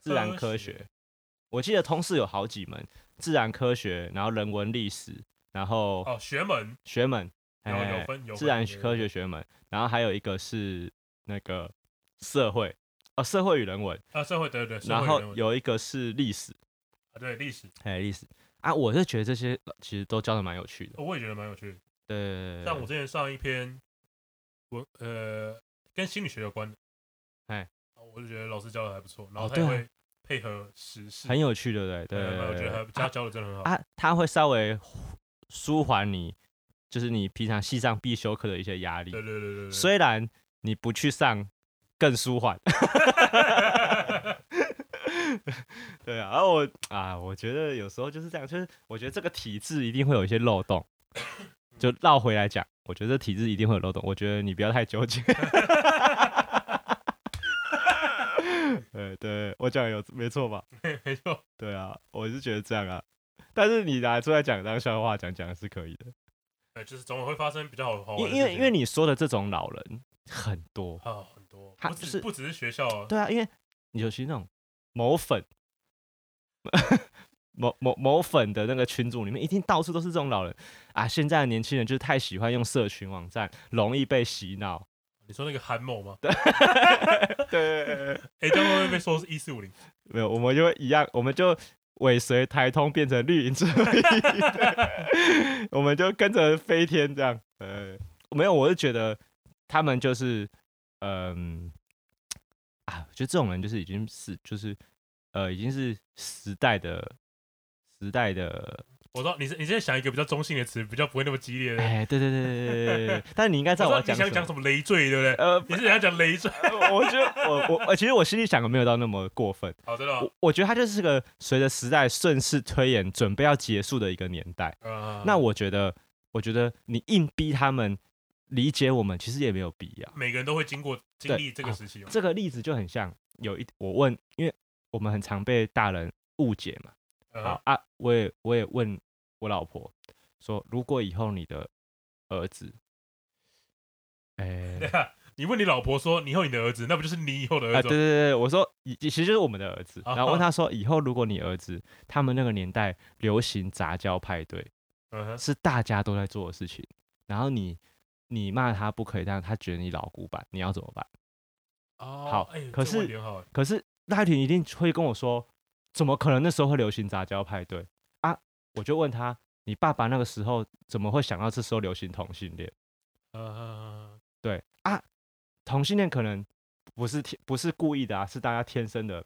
Speaker 2: 自然科
Speaker 1: 科
Speaker 2: 学，
Speaker 1: 学
Speaker 2: 我记得通识有好几门，自然科学，然后人文历史，然后
Speaker 1: 哦，学门
Speaker 2: 学门，
Speaker 1: 有
Speaker 2: 哎
Speaker 1: 有分有
Speaker 2: 自然
Speaker 1: 分
Speaker 2: 科学学门，然后还有一个是那个社会，哦，社会与人文，
Speaker 1: 啊，社会对对，社
Speaker 2: 然
Speaker 1: 会
Speaker 2: 后
Speaker 1: 人文
Speaker 2: 有一个是历史，
Speaker 1: 啊对历史，
Speaker 2: 还有历史啊，我是觉得这些呃其实都教的蛮有趣的。
Speaker 1: 哦我也觉得蛮有趣的。
Speaker 2: 对，
Speaker 1: 像我之前上一篇文，呃，跟心理学有关的，
Speaker 2: 哎
Speaker 1: 啊，我就觉得老师教的还不错，然后
Speaker 2: 哦
Speaker 1: 他也
Speaker 2: 对啊
Speaker 1: 会配合时事，
Speaker 2: 很有趣，对不对？
Speaker 1: 对
Speaker 2: 对，
Speaker 1: 我觉得还
Speaker 2: 啊
Speaker 1: 他教的真的很好。
Speaker 2: 啊，他会稍微舒缓你，就是你平常系上必修课的一些压力
Speaker 1: 对，对对对对，以
Speaker 2: 虽然你不去上更舒缓。对啊，然后我啊，我觉得有时候就是这样，就是我觉得这个体制一定会有一些漏洞。就绕回来讲，我觉得体制一定会有漏洞，我觉得你不要太纠结。对对，我讲有没错吧？
Speaker 1: *laughs* 没错，
Speaker 2: 对啊，我是觉得这样啊。但是你拿出来讲当笑话讲讲是可以的，
Speaker 1: 哎，就是总会发生比较好好玩的事
Speaker 2: 因
Speaker 1: 情，
Speaker 2: 因为因为你说的这种老人很多，
Speaker 1: 啊很多，
Speaker 2: 他
Speaker 1: 不
Speaker 2: 是
Speaker 1: 只不只是学校啊，
Speaker 2: 对啊，因为尤其那种某粉、某某某粉的那个群组里面，一定到处都是这种老人啊。现在的年轻人就是太喜欢用社群网站，容易被洗脑。
Speaker 1: 你说那个韩某吗？
Speaker 2: 对，
Speaker 1: 哎，这样会不会被
Speaker 2: *laughs*
Speaker 1: 说是一四五零？
Speaker 2: 没有，我们就会一样，我们就尾随台通变成绿营之类的我们就跟着飞天这样。呃，没有，我是觉得他们就是，嗯、啊，我觉得这种人就是已经是就是呃，已经是时代的时代的，
Speaker 1: 我知道你是你现在想一个比较中性的词，比较不会那么激烈
Speaker 2: *laughs*
Speaker 1: 的。
Speaker 2: 哎，对对对对对对对对，但你应该知道
Speaker 1: 我
Speaker 2: 我要
Speaker 1: 知道
Speaker 2: 讲
Speaker 1: 你想
Speaker 2: 什
Speaker 1: 讲 *laughs*
Speaker 2: 么。
Speaker 1: 什么累赘，对不对？
Speaker 2: 呃，
Speaker 1: 你是想讲
Speaker 2: *laughs*
Speaker 1: 累赘？
Speaker 2: 我我觉得我我呃其实我心里想的没有到那么过分，
Speaker 1: 好，真的哦吗
Speaker 2: 我我觉得它就是个随着时代顺势推演，准备要结束的一个年代。
Speaker 1: 啊，
Speaker 2: 那我觉得，我觉得你硬逼他们理解我们，其实也没有必要。
Speaker 1: 每个人都会经过经
Speaker 2: 对
Speaker 1: 历这个
Speaker 2: 啊
Speaker 1: 时期哦嘛，
Speaker 2: 这个例子就很像有一，我问，因为我们很常被大人误解嘛。
Speaker 1: 嗯
Speaker 2: 好啊，我也我也问我老婆说，如果以后你的儿子，哎、
Speaker 1: *laughs* 对啊，你问你老婆说，你以后你的儿子，那不就是你以后的
Speaker 2: 啊，
Speaker 1: 儿
Speaker 2: 对对
Speaker 1: 子
Speaker 2: 对
Speaker 1: 吗？
Speaker 2: 对，我说以其实就是我们的儿子，
Speaker 1: 啊
Speaker 2: 然后问他说，以后如果你儿子他们那个年代流行杂交派对，
Speaker 1: 嗯哼，
Speaker 2: 是大家都在做的事情，然后你你骂他不可以，但他觉得你老古板，你要怎么办？
Speaker 1: 哦
Speaker 2: 好
Speaker 1: 哎，
Speaker 2: 可
Speaker 1: 这个问
Speaker 2: 是
Speaker 1: 题很好哎，
Speaker 2: 可是赖婷一定会跟我说，怎么可能那时候会流行杂交派对啊？我就问他，你爸爸那个时候怎么会想到这时候流行同性恋？呃
Speaker 1: 嗯，
Speaker 2: 对啊，同性恋可能不是天不是故意的啊，是大家天生的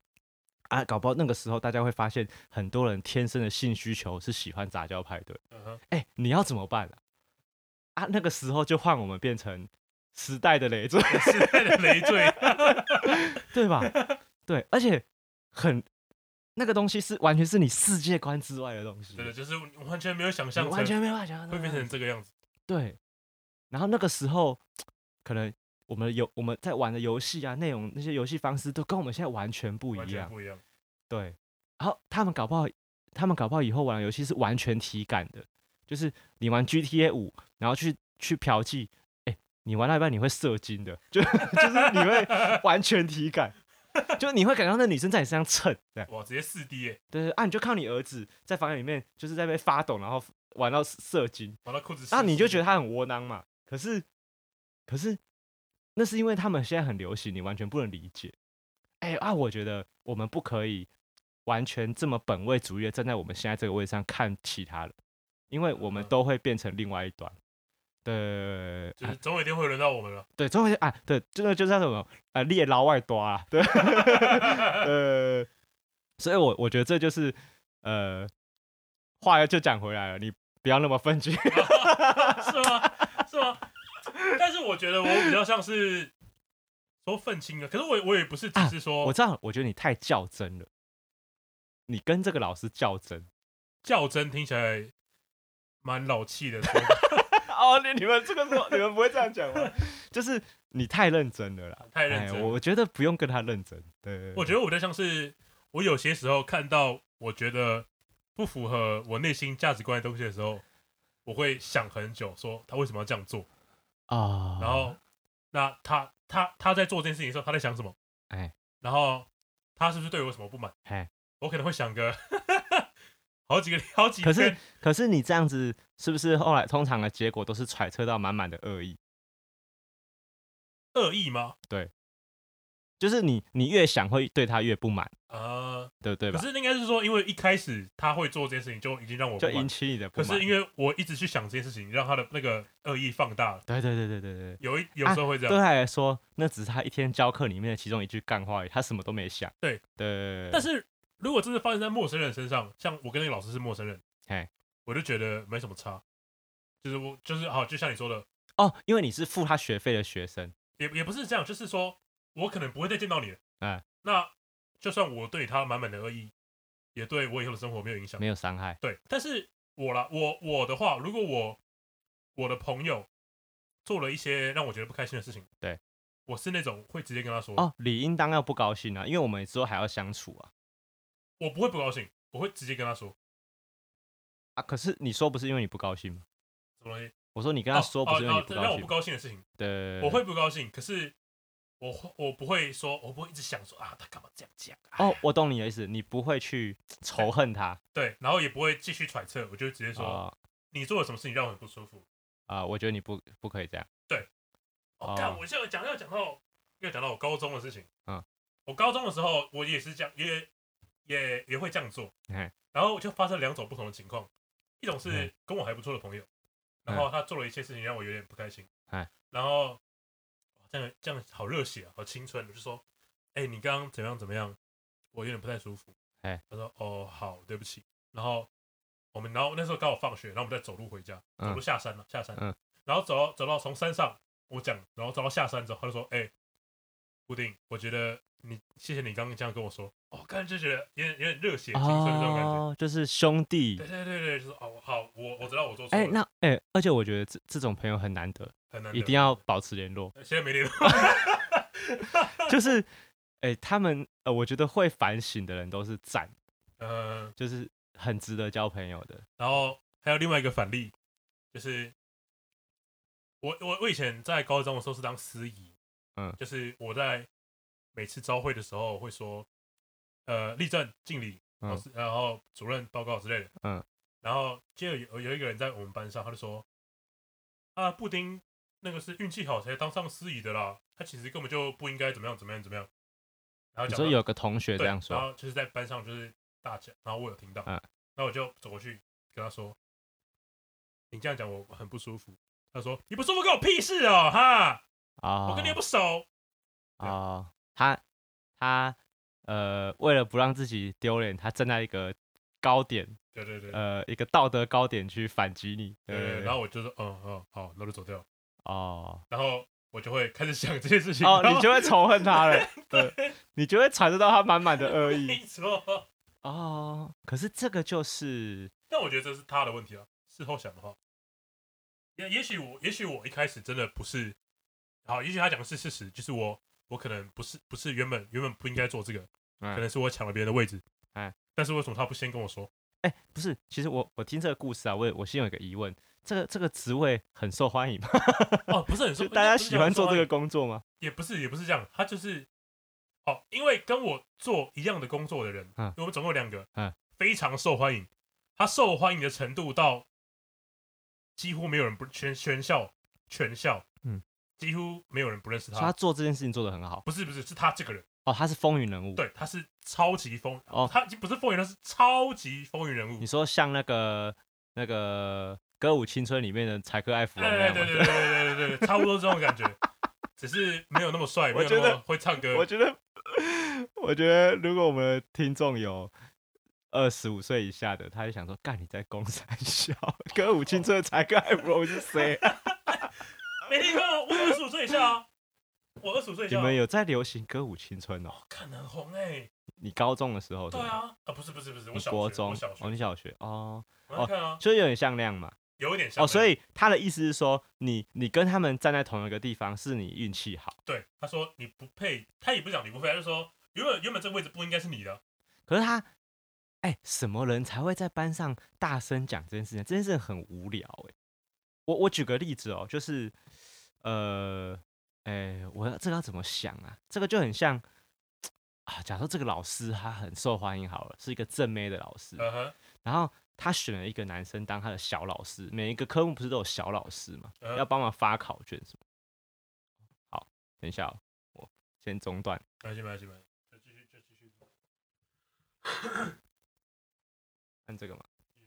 Speaker 2: 啊，搞不好那个时候大家会发现，很多人天生的性需求是喜欢杂交派对。
Speaker 1: 嗯哼，
Speaker 2: 哎、你要怎么办啊？啊，那个时候就换我们变成时代的累赘， *laughs*
Speaker 1: 时代的累赘， *laughs*
Speaker 2: 对吧？对，而且很那个东西是完全是你世界观之外的东西，
Speaker 1: 真的就是完全没有想
Speaker 2: 你
Speaker 1: 象，
Speaker 2: 完全没呃办法想象
Speaker 1: 会变
Speaker 2: 到
Speaker 1: 成这个样子。
Speaker 2: 对，然后那个时候，可能我们游我们在玩的游戏啊，内容那些游戏方式都跟我们现在完全不
Speaker 1: 完
Speaker 2: 一
Speaker 1: 全
Speaker 2: 样。
Speaker 1: 不一样。
Speaker 2: 对，然后他们搞不好，他们搞不好以后玩的游戏是完全体感的，就是你玩 GTA 五，然后去去嫖妓，哎，你玩到一半你会射精的，就 *laughs* 就是你会完全体感。就你会感觉到那女生在你身上蹭，这样
Speaker 1: 哇，直接四 D 耶，
Speaker 2: 对对啊，你就看到你儿子在房间里面就是在被发抖，然后玩到射精，
Speaker 1: 把他裤子撕
Speaker 2: 那
Speaker 1: 撕。
Speaker 2: 你就觉得他很窝囊嘛。可是，可是那是因为他们现在很流行，你完全不能理解。哎、啊，我觉得我们不可以完全这么本位主义，站在我们现在这个位置上看其他人，因为我们
Speaker 1: 嗯
Speaker 2: 都会变成另外一端。对啊
Speaker 1: 就是总有一天会轮到我们了。
Speaker 2: 对，中文啊，对，这个就叫什么啊，猎捞外抓啊，
Speaker 1: *laughs*
Speaker 2: 对，呃，所以我我觉得这就是呃，话就讲回来了，你不要那么分居，
Speaker 1: 是吗？是吗？但是我觉得我比较像是说愤青啊，可是我也我也不是只是
Speaker 2: 我
Speaker 1: 说
Speaker 2: 知道，我觉得你太较真了，你跟这个老师较真。
Speaker 1: 较真，听起来蛮老气的说法，
Speaker 2: 哦，你你们这个时候你们不会这样讲吗？ *laughs* 就是你太认真了啦，
Speaker 1: 太认真
Speaker 2: 哎
Speaker 1: 了。
Speaker 2: 我觉得不用跟他认真。对，
Speaker 1: 我觉得我比较像是我有些时候看到我觉得不符合我内心价值观的东西的时候，我会想很久，说他为什么要这样做，
Speaker 2: 得啊，
Speaker 1: 然后那他他他在做这件事情的时候，他在想什么？
Speaker 2: 哎
Speaker 1: 然后他是不是对我有什么不满？
Speaker 2: 哎，
Speaker 1: 我可能会想个 *laughs* 好几个好几
Speaker 2: 可是
Speaker 1: 天，
Speaker 2: 可是你这样子是不是后来通常的结果都是揣测到满满的恶意？
Speaker 1: 恶意吗？
Speaker 2: 就是你你越想会对他越不满，
Speaker 1: 啊、
Speaker 2: 对对
Speaker 1: 可
Speaker 2: 吧？
Speaker 1: 是应该是说，因为一开始他会做这件事情，就已经让我不
Speaker 2: 就
Speaker 1: 满
Speaker 2: 引。起你的不
Speaker 1: 可
Speaker 2: 满。
Speaker 1: 是因为我一直去想这件事情，让他的那个恶意放大了。
Speaker 2: 对对对对对对对。
Speaker 1: 有一有
Speaker 2: 啊
Speaker 1: 时候会这
Speaker 2: 对
Speaker 1: 样，
Speaker 2: 他来说，那只是他一天教课里面的其中一句干话而已，他什么都没想。
Speaker 1: 对
Speaker 2: 对，
Speaker 1: 但是如果真的发生在陌生人身上，像我跟那个老师是陌生人
Speaker 2: 嘿，
Speaker 1: 我就觉得没什么差。就是我就是好，就像你说的，
Speaker 2: 哦，因为你是付他学费的学生，
Speaker 1: 也也不是这样，就是说我可能不会再见到你了。
Speaker 2: 嗯，
Speaker 1: 那就算我对他满满的恶意，也对我以后的生活没有影响
Speaker 2: 没。有伤害。
Speaker 1: 对，但是我啦，我我的话，如果我我的朋友做了一些让我觉得不开心的事情，
Speaker 2: 对，
Speaker 1: 我是那种会直接跟他说，
Speaker 2: 哦，理应当要不高兴啊，因为我们之后还要相处啊。
Speaker 1: 我不会不高兴，我会直接跟他说
Speaker 2: 啊，可是你说不是因为你不高兴吗？
Speaker 1: 什么东西。
Speaker 2: 我说你跟
Speaker 1: 跟
Speaker 2: 他说不是因为你
Speaker 1: 哦哦
Speaker 2: 不
Speaker 1: 让
Speaker 2: 高
Speaker 1: 我不
Speaker 2: 兴，
Speaker 1: 高兴的事情，
Speaker 2: 对，
Speaker 1: 我会不高兴，可是我会我不会说，我不会一直想说啊，他干嘛这样讲？哎
Speaker 2: 哦，我懂你的意思，你不
Speaker 1: *laughs*
Speaker 2: 会去仇恨他
Speaker 1: 对，然后也不会继续揣测，我就直接说、
Speaker 2: 啊
Speaker 1: 你做了什么事情让我很不舒服。
Speaker 2: 啊，我觉得你不不可以这样
Speaker 1: 哦
Speaker 2: 哦，
Speaker 1: 干、我现在讲要讲到又讲到我高中的事情。
Speaker 2: 嗯，
Speaker 1: 我高中的时候，我也是这样，也也也会这样做
Speaker 2: 嘿。
Speaker 1: 然后就发生两种不同的情况，一种是
Speaker 2: 嗯
Speaker 1: 跟我还不错的朋友，然后他做了一些事情让我有点不开心
Speaker 2: 哎。
Speaker 1: 然后哇这样这样好热血啊，好青春！我就说，哎、你刚刚怎么样怎么样？我有点不太舒服。
Speaker 2: 哎，
Speaker 1: 他说，哦，好，对不起。然后我们，然后那时候刚好放学，然后我们在走路回家，
Speaker 2: 嗯
Speaker 1: 走路下山了，下山，
Speaker 2: 嗯
Speaker 1: 然后走到走到从山上，我讲，然后走到下山之后，他就说，哎、布丁，我觉得你谢谢你刚刚这样跟我说，哦，刚才就觉得有点有点热血青春的那种感觉，
Speaker 2: 哦，就是兄弟
Speaker 1: 对。对对对，就是哦，好，我我知道我做错
Speaker 2: 哎、
Speaker 1: 了，
Speaker 2: 那哎、而且我觉得这这种朋友很难得，
Speaker 1: 很难得呃
Speaker 2: 一定要保持联
Speaker 1: *laughs*
Speaker 2: 络。
Speaker 1: 现在没联络，
Speaker 2: 就是，哎、他们呃，我觉得会反省的人都是赞，
Speaker 1: 嗯、
Speaker 2: 就是很值得交朋友的。
Speaker 1: 然后还有另外一个反例，就是我我我以前在高中的时候是当司仪，
Speaker 2: 嗯
Speaker 1: 就是我在每次招会的时候会说，呃，立正敬礼，
Speaker 2: 嗯
Speaker 1: 老师，然后主任报告之类的，
Speaker 2: 嗯，
Speaker 1: 然后接着有有一个人在我们班上，他就说，啊，布丁那个是运气好才当上司仪的啦，他其实根本就不应该怎么样怎么样怎么样，然后
Speaker 2: 你
Speaker 1: 讲
Speaker 2: 说
Speaker 1: 到
Speaker 2: 有个同学这
Speaker 1: 对，
Speaker 2: 样说
Speaker 1: 然，后就是在班上就是大讲，然后我有听到，
Speaker 2: 嗯
Speaker 1: 那我就走过去跟他说：“你这样讲我很不舒服。”他说：“你不舒服关我屁事哦，哈，
Speaker 2: 啊，
Speaker 1: 我跟你又不熟。
Speaker 2: 啊、他他呃，为了不让自己丢脸，他站在一个高点，
Speaker 1: 对对对，
Speaker 2: 呃，一个道德高点去反击你。
Speaker 1: 对
Speaker 2: 对
Speaker 1: 对。然后我就说，嗯嗯，好，那就走掉。 *laughs*
Speaker 2: 哦
Speaker 1: 然后我就会开始想这件事情。
Speaker 2: 哦，
Speaker 1: 然后
Speaker 2: 你就会仇恨他了，对，你就会传受到他满满的恶
Speaker 1: *laughs*
Speaker 2: 意
Speaker 1: 没错。
Speaker 2: 哦。可是这个就是
Speaker 1: 但我觉得这是他的问题啊。事后想的话，也也许我，也许我一开始真的不是，好，也许他讲的是事实，就是我，我可能不是不是原本原本不应该做这个，
Speaker 2: 嗯
Speaker 1: 可能是我抢了别人的位置。
Speaker 2: 哎，
Speaker 1: 但是为什么他不先跟我说？
Speaker 2: 哎、不是，其实我我听这个故事啊，我也我先有一个疑问，这个这个职位很受欢迎吗？
Speaker 1: 哦， *laughs* 不是很
Speaker 2: 就
Speaker 1: 说，
Speaker 2: 大家喜欢做这
Speaker 1: 个。
Speaker 2: 个工作吗？
Speaker 1: 也不是也不是这样，他就是哦，因为跟我做一样的工作的人，
Speaker 2: 嗯
Speaker 1: 我们总共有两个，
Speaker 2: 嗯
Speaker 1: 非常受欢迎，他受欢迎的程度到几乎没有人不全全校全校，
Speaker 2: 嗯，
Speaker 1: 几乎没有人不认识
Speaker 2: 所以他
Speaker 1: 他。
Speaker 2: 做这件事情做得很好
Speaker 1: 不是不是，是他这个人，
Speaker 2: 哦，他是风云人物。，
Speaker 1: 对，他是超级风
Speaker 2: 哦
Speaker 1: 他已经不是风云人物，他是超级风云人物
Speaker 2: 你。说像那个那个《歌舞青春》里面的柴克艾弗隆那
Speaker 1: 哎，
Speaker 2: 样
Speaker 1: 对
Speaker 2: 吗？
Speaker 1: 对对对对对对，差不多这种感觉，只是没有那么帅，没
Speaker 2: 我
Speaker 1: 有
Speaker 2: 觉得
Speaker 1: 那么会唱歌
Speaker 2: *laughs* 我。觉得，我觉得如果我们的听众有二十五岁以下的，他就想说，干你在公山小歌舞青春的柴克艾弗隆是谁？啊
Speaker 1: *laughs* 没听过，我二十五岁以下啊，我二十五岁以
Speaker 2: 你
Speaker 1: 下啊，
Speaker 2: 们有在流行歌舞青春哦？
Speaker 1: 看很红哎、
Speaker 2: 你高中的时候是
Speaker 1: 对
Speaker 2: 吗？
Speaker 1: 啊，啊不是不是不是，我
Speaker 2: 你
Speaker 1: 小
Speaker 2: 国
Speaker 1: 学
Speaker 2: 中
Speaker 1: 我小学，
Speaker 2: 哦，你小学哦，
Speaker 1: 我在看啊，
Speaker 2: 就有点像那样嘛。
Speaker 1: 有一点像那
Speaker 2: 哦，
Speaker 1: 样。
Speaker 2: 所以他的意思是说，你你跟他们站在同一个地方，是你运气好。
Speaker 1: 对他说你不配，他也不讲你不配，他就说原本原本这个位置不应该是你的，
Speaker 2: 可是他，哎、什么人才会在班上大声讲这件事情？这件事情很无聊哎、我我举个例子哦，就是呃，哎、我要这个要怎么想啊？这个就很像啊，假设这个老师他很受欢迎好了，是一个正妹的老师，
Speaker 1: 嗯哼，
Speaker 2: 然后他选了一个男生当他的小老师，每一个科目不是都有小老师嘛，
Speaker 1: 嗯
Speaker 2: 要帮忙发考卷什么。好，等一下、哦，我先中断。
Speaker 1: 没关系没关系没关系，就继续就继续。
Speaker 2: 按这个嘛。
Speaker 1: 嗯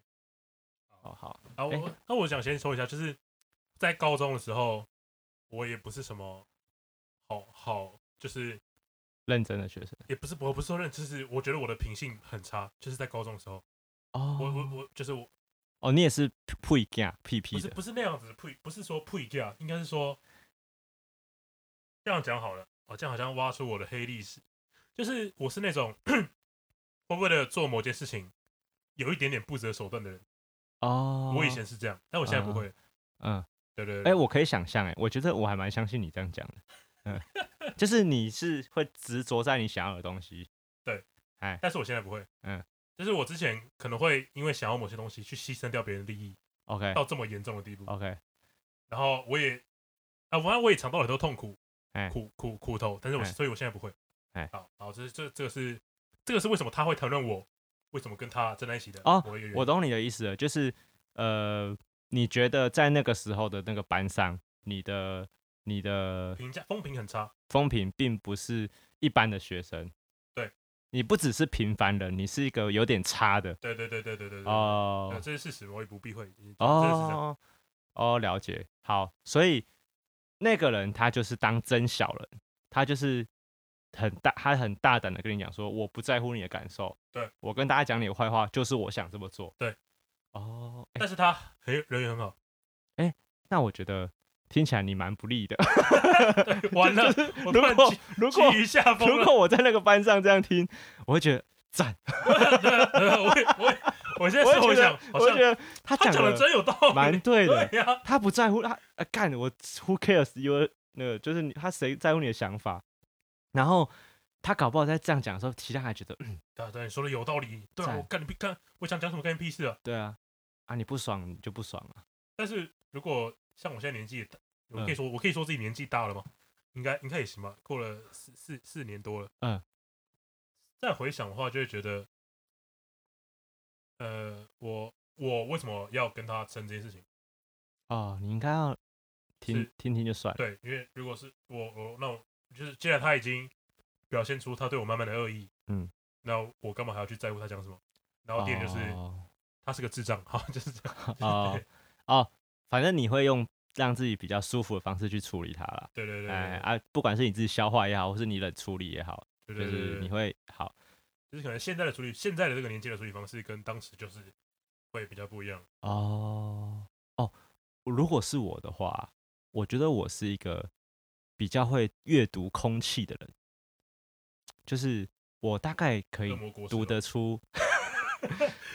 Speaker 2: 哦好，
Speaker 1: 啊
Speaker 2: 哎
Speaker 1: 我那我想先说一下，就是在高中的时候，我也不是什么好好，就是
Speaker 2: 认真的学生。
Speaker 1: 也不是我不是说认，就是我觉得我的品性很差，就是在高中的时候，
Speaker 2: 哦
Speaker 1: 我我我就是我
Speaker 2: 哦，你也是屁干屁
Speaker 1: 不
Speaker 2: 屁
Speaker 1: 是
Speaker 2: 的
Speaker 1: 不是那样子的不不是说不一样，应该是说这样讲好了。哦，这样好像挖出我的黑历史，就是我是那种 *clears throat* 会为了做某件事情有一点点不择手段的人。
Speaker 2: 哦。
Speaker 1: 我以前是这样，但我现在不会。
Speaker 2: 嗯，
Speaker 1: 对对
Speaker 2: 哎，
Speaker 1: 对，
Speaker 2: 我可以想象，哎，我觉得我还蛮相信你这样讲的。
Speaker 1: *laughs*
Speaker 2: 嗯，就是你是会执着在你想要的东西。
Speaker 1: 但是我现在不会。
Speaker 2: 嗯，
Speaker 1: 就是我之前可能会因为想要某些东西去牺牲掉别人的利益，
Speaker 2: OK
Speaker 1: 到这么严重的地步。
Speaker 2: OK，
Speaker 1: 然后我也啊，反正我也尝到了很多痛苦
Speaker 2: 哎，
Speaker 1: 苦苦苦头，但是我
Speaker 2: 哎
Speaker 1: 所以我现在不会。
Speaker 2: 哎
Speaker 1: 好，好，这是这这个是这个是为什么他会谈论我为什么跟他站在一起的
Speaker 2: 哦
Speaker 1: 我也有
Speaker 2: 我懂你的意思了，就是呃，你觉得在那个时候的那个班上，你的你的
Speaker 1: 评价风评很差，
Speaker 2: 风评并不是一般的学生，
Speaker 1: 对，
Speaker 2: 你不只是平凡人，你是一个有点差的
Speaker 1: 对对对对对对对，
Speaker 2: 哦
Speaker 1: 对这是事实，我也不避讳，嗯这是事实
Speaker 2: 哦哦，了解。好，所以那个人他就是当真小人，他就是很大，他很大胆的跟你讲说，我不在乎你的感受，
Speaker 1: 对
Speaker 2: 我跟大家讲你的坏话，就是我想这么做，
Speaker 1: 对。
Speaker 2: 哦，哎
Speaker 1: 但是他很人缘很
Speaker 2: *laughs*
Speaker 1: 好，
Speaker 2: 那我觉得听起来你蛮不利的。
Speaker 1: 完了，我突
Speaker 2: 如
Speaker 1: 然
Speaker 2: 果
Speaker 1: 居
Speaker 2: 如果
Speaker 1: 居于下风
Speaker 2: 如
Speaker 1: 了，
Speaker 2: 果我在那个班上这样听，我会觉得赞，
Speaker 1: *laughs* 我也我也我现在
Speaker 2: 我
Speaker 1: 事
Speaker 2: 会
Speaker 1: 后
Speaker 2: 觉得
Speaker 1: 想，，好
Speaker 2: 我会
Speaker 1: 像
Speaker 2: 觉得他
Speaker 1: 他讲的
Speaker 2: 的
Speaker 1: 真有道
Speaker 2: 蛮
Speaker 1: 理，
Speaker 2: 对的。
Speaker 1: 对呀，
Speaker 2: 他不在乎他呃干、我，Who cares your 那个就是你他谁在乎你的想法？然后他搞不好在这样讲的时候，其他人还觉得、嗯、
Speaker 1: 对啊对，你说的有道理，对啊，
Speaker 2: 赞
Speaker 1: 我干你屁干，我想讲什么干你屁事啊！
Speaker 2: 对啊啊你不爽你就不爽啊。
Speaker 1: 但是如果像我现在年纪也大，我可以
Speaker 2: 嗯
Speaker 1: 说、我可以说自己年纪大了吗？应该应该也行吧，过了四四四年多了。
Speaker 2: 嗯，
Speaker 1: 再回想的话，就会觉得，呃，我我为什么要跟他争这件事情？
Speaker 2: 哦，你应该要听
Speaker 1: 是
Speaker 2: 听听就算了。
Speaker 1: 对，因为如果是我我那我就是既然他已经表现出他对我满满的恶意，
Speaker 2: 嗯，
Speaker 1: 那我干嘛还要去在乎他讲什么？然后第二点就是、
Speaker 2: 哦
Speaker 1: 他是个智障，好，就是这样。
Speaker 2: 哦哦，反正你会用让自己比较舒服的方式去处理它啦。
Speaker 1: 对对对对对
Speaker 2: 哎啊，不管是你自己消化也好，或是你冷处理也好，
Speaker 1: 对
Speaker 2: 就
Speaker 1: 对对
Speaker 2: 是
Speaker 1: 对对，
Speaker 2: 你会好，
Speaker 1: 就是可能现在的处理，现在的这个年纪的处理方式跟当时就是会比较不一样。
Speaker 2: 哦哦，如果是我的话，我觉得我是一个比较会阅读空气的人，就是我大概可以
Speaker 1: 恶魔国
Speaker 2: 读
Speaker 1: 的
Speaker 2: 得出。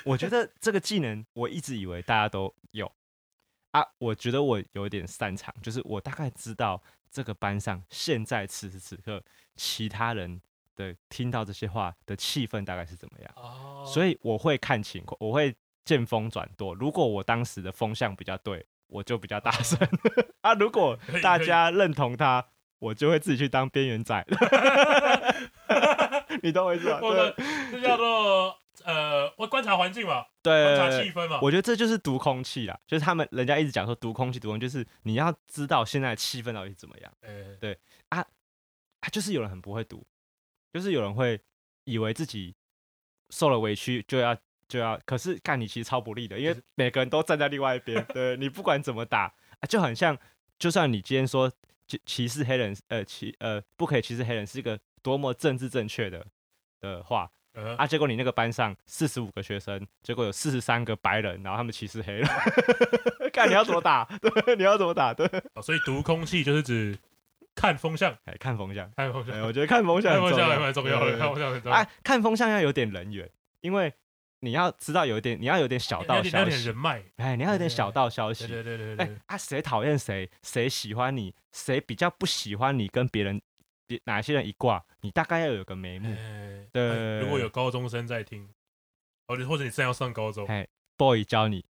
Speaker 2: 我觉得这个技能，我一直以为大家都有啊。我觉得我有点擅长，就是我大概知道这个班上现在此时此刻其他人的听到这些话的气氛大概是怎么样。
Speaker 1: 哦，
Speaker 2: 所以我会看情况，我会见风转舵。如果我当时的风向比较对，我就比较
Speaker 1: 哦
Speaker 2: 大声 *laughs* 啊；如
Speaker 1: *laughs*
Speaker 2: 果
Speaker 1: 可以
Speaker 2: 大
Speaker 1: 可以
Speaker 2: 家认同他，我就会自己去当边缘仔。 *laughs* 你懂我意思吧？
Speaker 1: 我
Speaker 2: 对
Speaker 1: 的这叫做呃，我观察环境嘛，观察哦
Speaker 2: 对
Speaker 1: 气，氛嘛。
Speaker 2: 呃我觉得这就是读空气啦，就是他们人家一直讲说读空气，读空气就是你要知道现在的气氛到底是怎么样。
Speaker 1: 哎，
Speaker 2: 啊，就是有人很不会读，就是有人会以为自己受了委屈就要就要，可是干你其实超不利的，因
Speaker 1: 就
Speaker 2: 为每个人都站在另外一边，对你不管怎么打，啊就很像，就算你今天说歧歧视黑人，呃歧呃不可以歧视黑人是一个多么政治正确的的话
Speaker 1: 呃
Speaker 2: 啊，结果你那个班上四十五个学生，结果有四十三个白人，然后他们歧视黑人， *laughs* 看你要怎么打， *laughs* 对，你要怎么打，对，
Speaker 1: 好所以读空气就是指看风向，
Speaker 2: 哎，看风向，
Speaker 1: 看风向
Speaker 2: 哎，，我觉得看风向
Speaker 1: 看
Speaker 2: 很
Speaker 1: 风
Speaker 2: 重
Speaker 1: 向还
Speaker 2: 要，
Speaker 1: 蛮重要
Speaker 2: 对
Speaker 1: 的，
Speaker 2: 对
Speaker 1: 看
Speaker 2: 对
Speaker 1: 风向很重要。
Speaker 2: 啊，看风向要有点人缘，因为你要知道有一点，你要有点小
Speaker 1: 要
Speaker 2: 道
Speaker 1: 点要
Speaker 2: 消
Speaker 1: 点
Speaker 2: 息，
Speaker 1: 人脉，
Speaker 2: 哎，你要有点小道消
Speaker 1: 对
Speaker 2: 息，
Speaker 1: 对对对
Speaker 2: 哎
Speaker 1: 对，
Speaker 2: 啊，谁讨厌谁，谁喜欢你，谁比较不喜欢你，跟别人别哪些人一挂，你大概要有个
Speaker 1: *laughs*
Speaker 2: 眉目。
Speaker 1: 哎。
Speaker 2: 嗯对
Speaker 1: 哎如果有高中生在听，或者或者你正要上高中
Speaker 2: 哎 boy
Speaker 1: *laughs*
Speaker 2: 教你，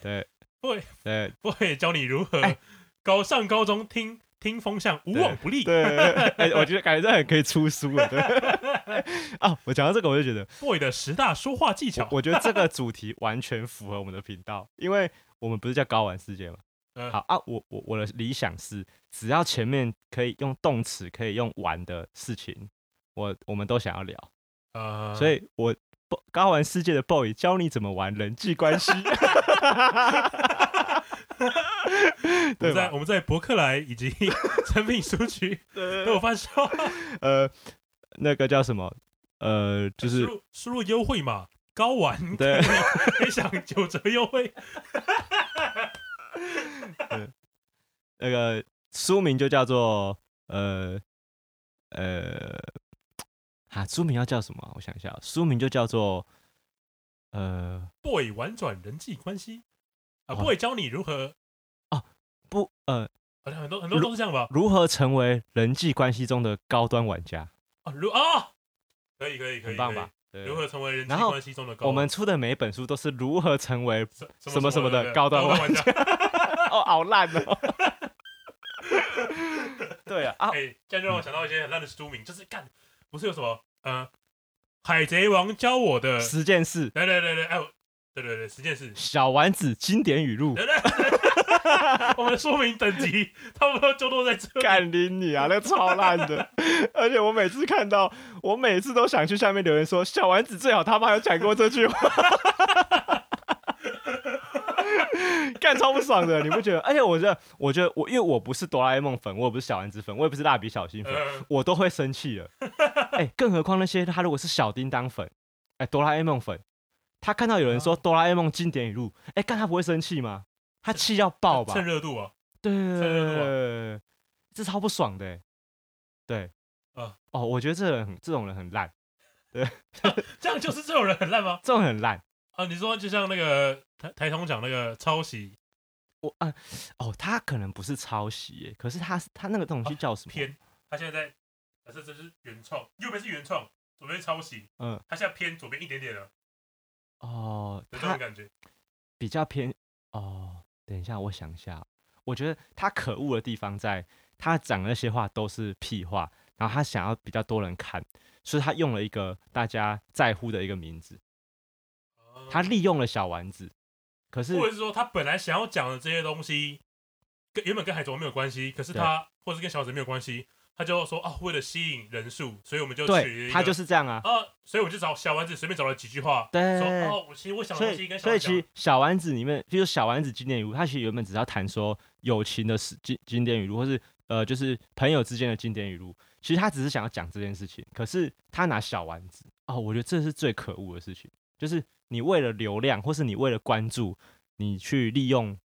Speaker 2: 对
Speaker 1: Boy
Speaker 2: 对
Speaker 1: 我也教你如何
Speaker 2: 哎
Speaker 1: 高上高中听听风向，无往不利。
Speaker 2: 对，哎，我觉得感觉这很可以出书
Speaker 1: *laughs*
Speaker 2: 了。对哦，我讲到这个，我就觉得
Speaker 1: boy 的十大说话技巧
Speaker 2: 我，我觉得这个主题完全符合我们的频道，因为我们不是叫高玩世界嘛。
Speaker 1: 嗯
Speaker 2: 好啊，我我我的理想是，只要前面可以用动词，可以用玩的事情，我我们都想要聊。
Speaker 1: 呃，
Speaker 2: 所以我，不高玩世界的 boy 教你怎么玩人际关系。 *laughs*
Speaker 1: 我
Speaker 2: 对
Speaker 1: 们在
Speaker 2: 吧？
Speaker 1: 我们在伯克莱以及 *laughs* 成品书局
Speaker 2: 对
Speaker 1: 都有发售，
Speaker 2: *laughs* 呃，那个叫什么？呃，就
Speaker 1: 输
Speaker 2: 是
Speaker 1: 入输入优惠码高玩， *laughs*
Speaker 2: 对，
Speaker 1: 可以享九折优惠。
Speaker 2: 那个书名就叫做呃呃，啊，书名要叫什么啊、我想一下啊，书名就叫做呃
Speaker 1: boy 玩转人际关系啊
Speaker 2: 哇
Speaker 1: ，boy 教你如何，
Speaker 2: 不呃
Speaker 1: 好像很多很多都是这样吧？
Speaker 2: 如何成为人际关系中的高端玩家，
Speaker 1: 啊，如啊，可以可以可以，
Speaker 2: 很棒
Speaker 1: 可以
Speaker 2: 吧？？对
Speaker 1: 如何成为人际
Speaker 2: 然后
Speaker 1: 关系中的高
Speaker 2: 我
Speaker 1: 玩？
Speaker 2: 们出的每一本书都是如何成
Speaker 1: *laughs*
Speaker 2: 为
Speaker 1: 什
Speaker 2: 什么什么的
Speaker 1: 对
Speaker 2: 高端玩
Speaker 1: 玩家。 *laughs*
Speaker 2: 哦，好烂哦。 *laughs* 对啊，
Speaker 1: *laughs*
Speaker 2: 啊，
Speaker 1: 哎，这样就让我想到一些很烂的书名，就是干，不是有什么呃，海贼王教我的，
Speaker 2: 十件事，
Speaker 1: 对对对对，哎，我对对对，十件事。
Speaker 2: 《小丸子经典语录》
Speaker 1: 对对对我们的说明等级差不多就都在这 *laughs* 里。
Speaker 2: 干你你啊，那超烂的。 *laughs* 而且我每次看到，我每次都想去下面留言说，小丸子最好他妈有讲过这句话。 *laughs* 干超不爽的，你不觉得？而且我觉得，我觉得我因为我不是哆啦 A 梦粉，我也不是小丸子粉，我也不是蜡笔小新粉，
Speaker 1: 呃，
Speaker 2: 我都会生气了。哎、更何况那些他如果是小叮当粉，哎、哆啦 A 梦粉，他看到有人说哆啦 A 梦经典语录，哎、干他不会生气吗？他气要爆吧？
Speaker 1: 趁热度啊，
Speaker 2: 对
Speaker 1: 热度啊
Speaker 2: 这超不爽的、欸。对，
Speaker 1: 啊
Speaker 2: 哦，我觉得这人很这种人很烂，
Speaker 1: 这样就是这种人很烂吗？
Speaker 2: 这种人很烂。
Speaker 1: 啊，你说就像那个台台通讲那个抄袭
Speaker 2: 我啊，哦，他可能不是抄袭耶、可是他是他那个东西叫什么？
Speaker 1: 偏，他现在在，可是这是原创，右边是原创，左边是抄袭，
Speaker 2: 嗯，
Speaker 1: 他现在偏左边一点点了，
Speaker 2: 哦，
Speaker 1: 有这种
Speaker 2: 他
Speaker 1: 感觉。
Speaker 2: 比较偏哦。等一下，我想一下，我觉得他可恶的地方在他讲那些话都是屁话，然后他想要比较多人看，所以他用了一个大家在乎的一个名字，他利用了小丸子，可是
Speaker 1: 或者是说他本来想要讲的这些东西，跟原本跟海贼王没有关系，可是他或者跟小子没有关系，他就说啊，为了吸引人数，所以我们就取了
Speaker 2: 对
Speaker 1: 一
Speaker 2: 他
Speaker 1: 个
Speaker 2: 就是这样啊。
Speaker 1: 啊，所以我就找小丸子随便找了几句话，
Speaker 2: 对，
Speaker 1: 说哦，我其实我想的
Speaker 2: 所
Speaker 1: 东西
Speaker 2: 以，
Speaker 1: 跟
Speaker 2: 所
Speaker 1: 小
Speaker 2: 以其
Speaker 1: 讲
Speaker 2: 实小丸子里面，比如小丸子经典语录，它其实原本只是要谈说友情的史经经典语录，或是呃，就是朋友之间的经典语录。其实他只是想要讲这件事情，可是他拿小丸子哦，我觉得这是最可恶的事情，就是你为了流量或是你为了关注，你去利用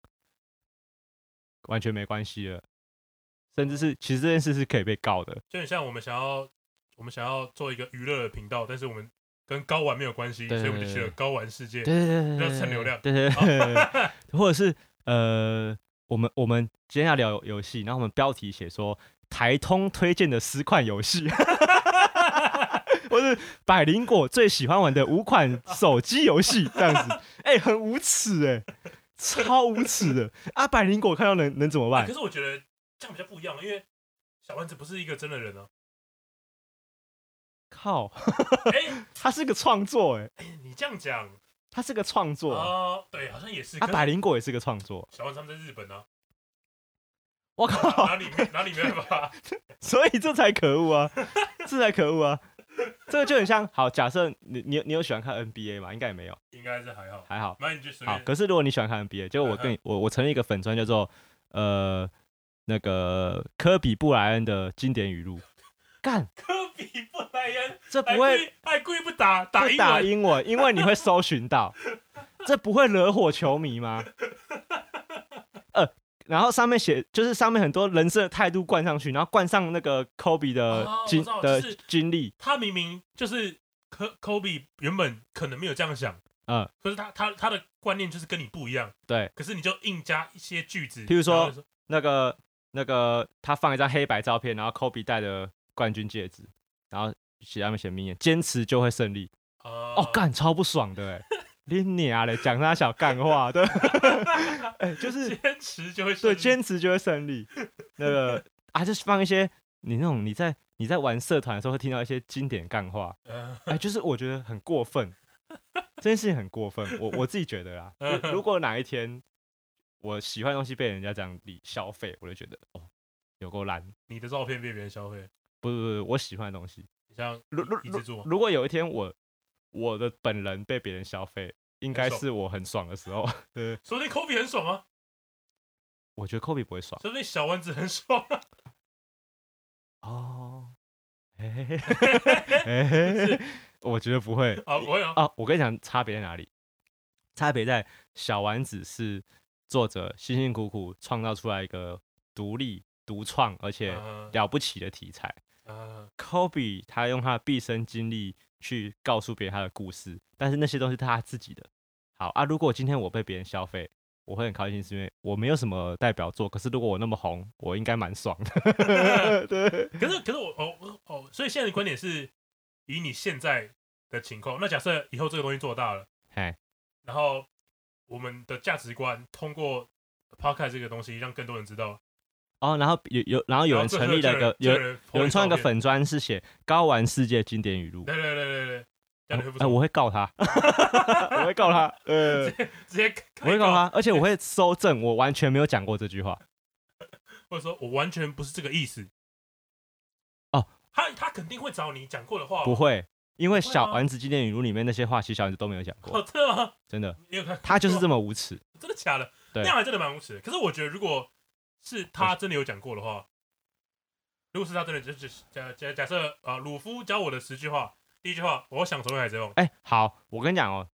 Speaker 2: 完全没关系的，甚至是其实这件事是可以被告的。
Speaker 1: 就很像我们想要我们想要做一个娱乐的频道，但是我们跟高玩没有关系，
Speaker 2: 对
Speaker 1: 所以我们就去了高玩世界
Speaker 2: 对。对对
Speaker 1: 要
Speaker 2: 对，
Speaker 1: 蹭流量
Speaker 2: 对对对对，对 *laughs* 或者是呃，我们我们今天要聊游戏，然后我们标题写说台通推荐的十款游戏， *laughs* 或是百灵果最喜欢玩的五款手机游戏，这样子，哎、很无耻哎、超无耻的啊！百灵果看到能能怎么
Speaker 1: 啊
Speaker 2: 办
Speaker 1: 可？是我觉得这样比较不一样，因为小丸子不是一个真的人啊。 *laughs*
Speaker 2: 靠，
Speaker 1: 哎
Speaker 2: 它是个创作哎、
Speaker 1: 哎，你这样讲
Speaker 2: 它是个创作啊，
Speaker 1: 哦，对，好像也是。
Speaker 2: 啊
Speaker 1: 可是
Speaker 2: 百灵果也是个创作，
Speaker 1: 小丸子他们在日本啊，
Speaker 2: *laughs* 我靠！
Speaker 1: 哪里没哪里没办法？
Speaker 2: 所以这才可恶啊， *laughs* 这才可恶啊！这个就很像，好，假设你你你有喜欢看 NBA 吗？应该也没有，
Speaker 1: 应该是还好。
Speaker 2: 还好，
Speaker 1: 那你就随
Speaker 2: *laughs* 好。
Speaker 1: 便。
Speaker 2: 可是如果你喜欢看 NBA，结果我
Speaker 1: 嗯哼 *laughs*
Speaker 2: 跟你我我成立一个粉专叫做呃那个科比布莱恩的经典语录，干，
Speaker 1: 科比布莱恩
Speaker 2: 这不
Speaker 1: 还
Speaker 2: 会
Speaker 1: 故意还故意不打打
Speaker 2: 不
Speaker 1: 英
Speaker 2: 打
Speaker 1: 文
Speaker 2: 英文，因为你会搜寻到，这不会惹火球迷吗？ *laughs* 呃，然后上面写就是上面很多人生的态度灌上去，然后灌上那个 Kobe 的
Speaker 1: 哦我
Speaker 2: 经、
Speaker 1: 知道
Speaker 2: 的
Speaker 1: 就是
Speaker 2: 经历，
Speaker 1: 他明明就是科科比原本可能没有这样想，
Speaker 2: 嗯，
Speaker 1: 可是他他他的观念就是跟你不一样，
Speaker 2: 对。
Speaker 1: 可是你就硬加一些句子，
Speaker 2: 譬如说
Speaker 1: 然后就
Speaker 2: 那个那个他放一张黑白照片，然后 Kobe 戴的冠军戒指，然后写上面写名言：坚持就会胜利。哦
Speaker 1: 哦，
Speaker 2: 干，超不爽的哎，你娘嘞，讲他小干话，对， *laughs* 哎，就是
Speaker 1: 坚持就会胜
Speaker 2: 对，
Speaker 1: 利
Speaker 2: 坚持就会胜利。那个啊，就是放一些你那种你在你在玩社团的时候会听到一些经典干话，
Speaker 1: 呃
Speaker 2: 哎，就是我觉得很过分，这件事情很过分，我我自己觉得啦。
Speaker 1: 嗯
Speaker 2: 如如果哪一天我喜欢的东西被人家这样理消费，我就觉得哦，有够烂。
Speaker 1: 你的照片被别人消费，
Speaker 2: 不不不，我喜欢的东西。
Speaker 1: 你像
Speaker 2: 如如
Speaker 1: 一
Speaker 2: 如
Speaker 1: 直做，
Speaker 2: 如果有一天我我的本人被别人消费，应该
Speaker 1: 很爽
Speaker 2: 是我很爽的时
Speaker 1: *laughs*
Speaker 2: 候。对，
Speaker 1: 说不定科比很爽啊，
Speaker 2: 我觉得 Kobe 不会爽
Speaker 1: 说不定小丸子很爽啊， *laughs*
Speaker 2: 哦。嘿 *laughs* 嘿嘿嘿嘿嘿我觉得不会
Speaker 1: 啊不会啊，
Speaker 2: 啊！我跟你讲，差别在哪里？差别在小丸子是作者辛辛苦苦创造出来一个独立、独创而且
Speaker 1: 嗯
Speaker 2: 了不起的题材。
Speaker 1: 嗯
Speaker 2: Kobe 他用他的毕生经历去告诉别人他的故事，但是那些东西是他自己的。好啊，如果今天我被别人消费，我会很开心，是因为我没有什么代表作。可是如果我那么红，我应该蛮爽的。对，
Speaker 1: 可是可是我哦我哦，所以现在的观点是以你现在的情况，那假设以后这个东西做大了，
Speaker 2: 哎，
Speaker 1: 然后我们的价值观通过 podcast 这个东西让更多人知道，
Speaker 2: 哦，然后有有，然后有人成立了一个，有
Speaker 1: 有
Speaker 2: 人
Speaker 1: 人
Speaker 2: 有人创一个
Speaker 1: 粉，
Speaker 2: 粉砖，是写高玩世界经典语录。
Speaker 1: 对对对对对，这样你会不
Speaker 2: 哎，
Speaker 1: 错，
Speaker 2: 我会
Speaker 1: *laughs*
Speaker 2: 告他，我会告他，呃，
Speaker 1: 直接
Speaker 2: 我会
Speaker 1: 开
Speaker 2: 告他
Speaker 1: 告，，
Speaker 2: 而且我会搜证，我完全没有讲过这句话。
Speaker 1: 或者说我完全不是这个意思。
Speaker 2: 哦，
Speaker 1: 他他肯定会找你讲过的话，
Speaker 2: 不会，因为
Speaker 1: 不会
Speaker 2: 小
Speaker 1: 吗
Speaker 2: 丸子经典语录里面那些话，其实小丸子都没有讲过
Speaker 1: 哦，， *laughs* 真的吗？
Speaker 2: 真的，
Speaker 1: 你有看？
Speaker 2: 他就是这
Speaker 1: 么
Speaker 2: 么无耻。
Speaker 1: 真的假的？
Speaker 2: 对
Speaker 1: 那样还真的蛮无耻的。可是我觉得，如果是他真的有讲过的话，如果是他真的就是假假假设啊，鲁夫教我的十句话，第一句话我想成为海贼王，
Speaker 2: 哎、好，我跟你讲哦，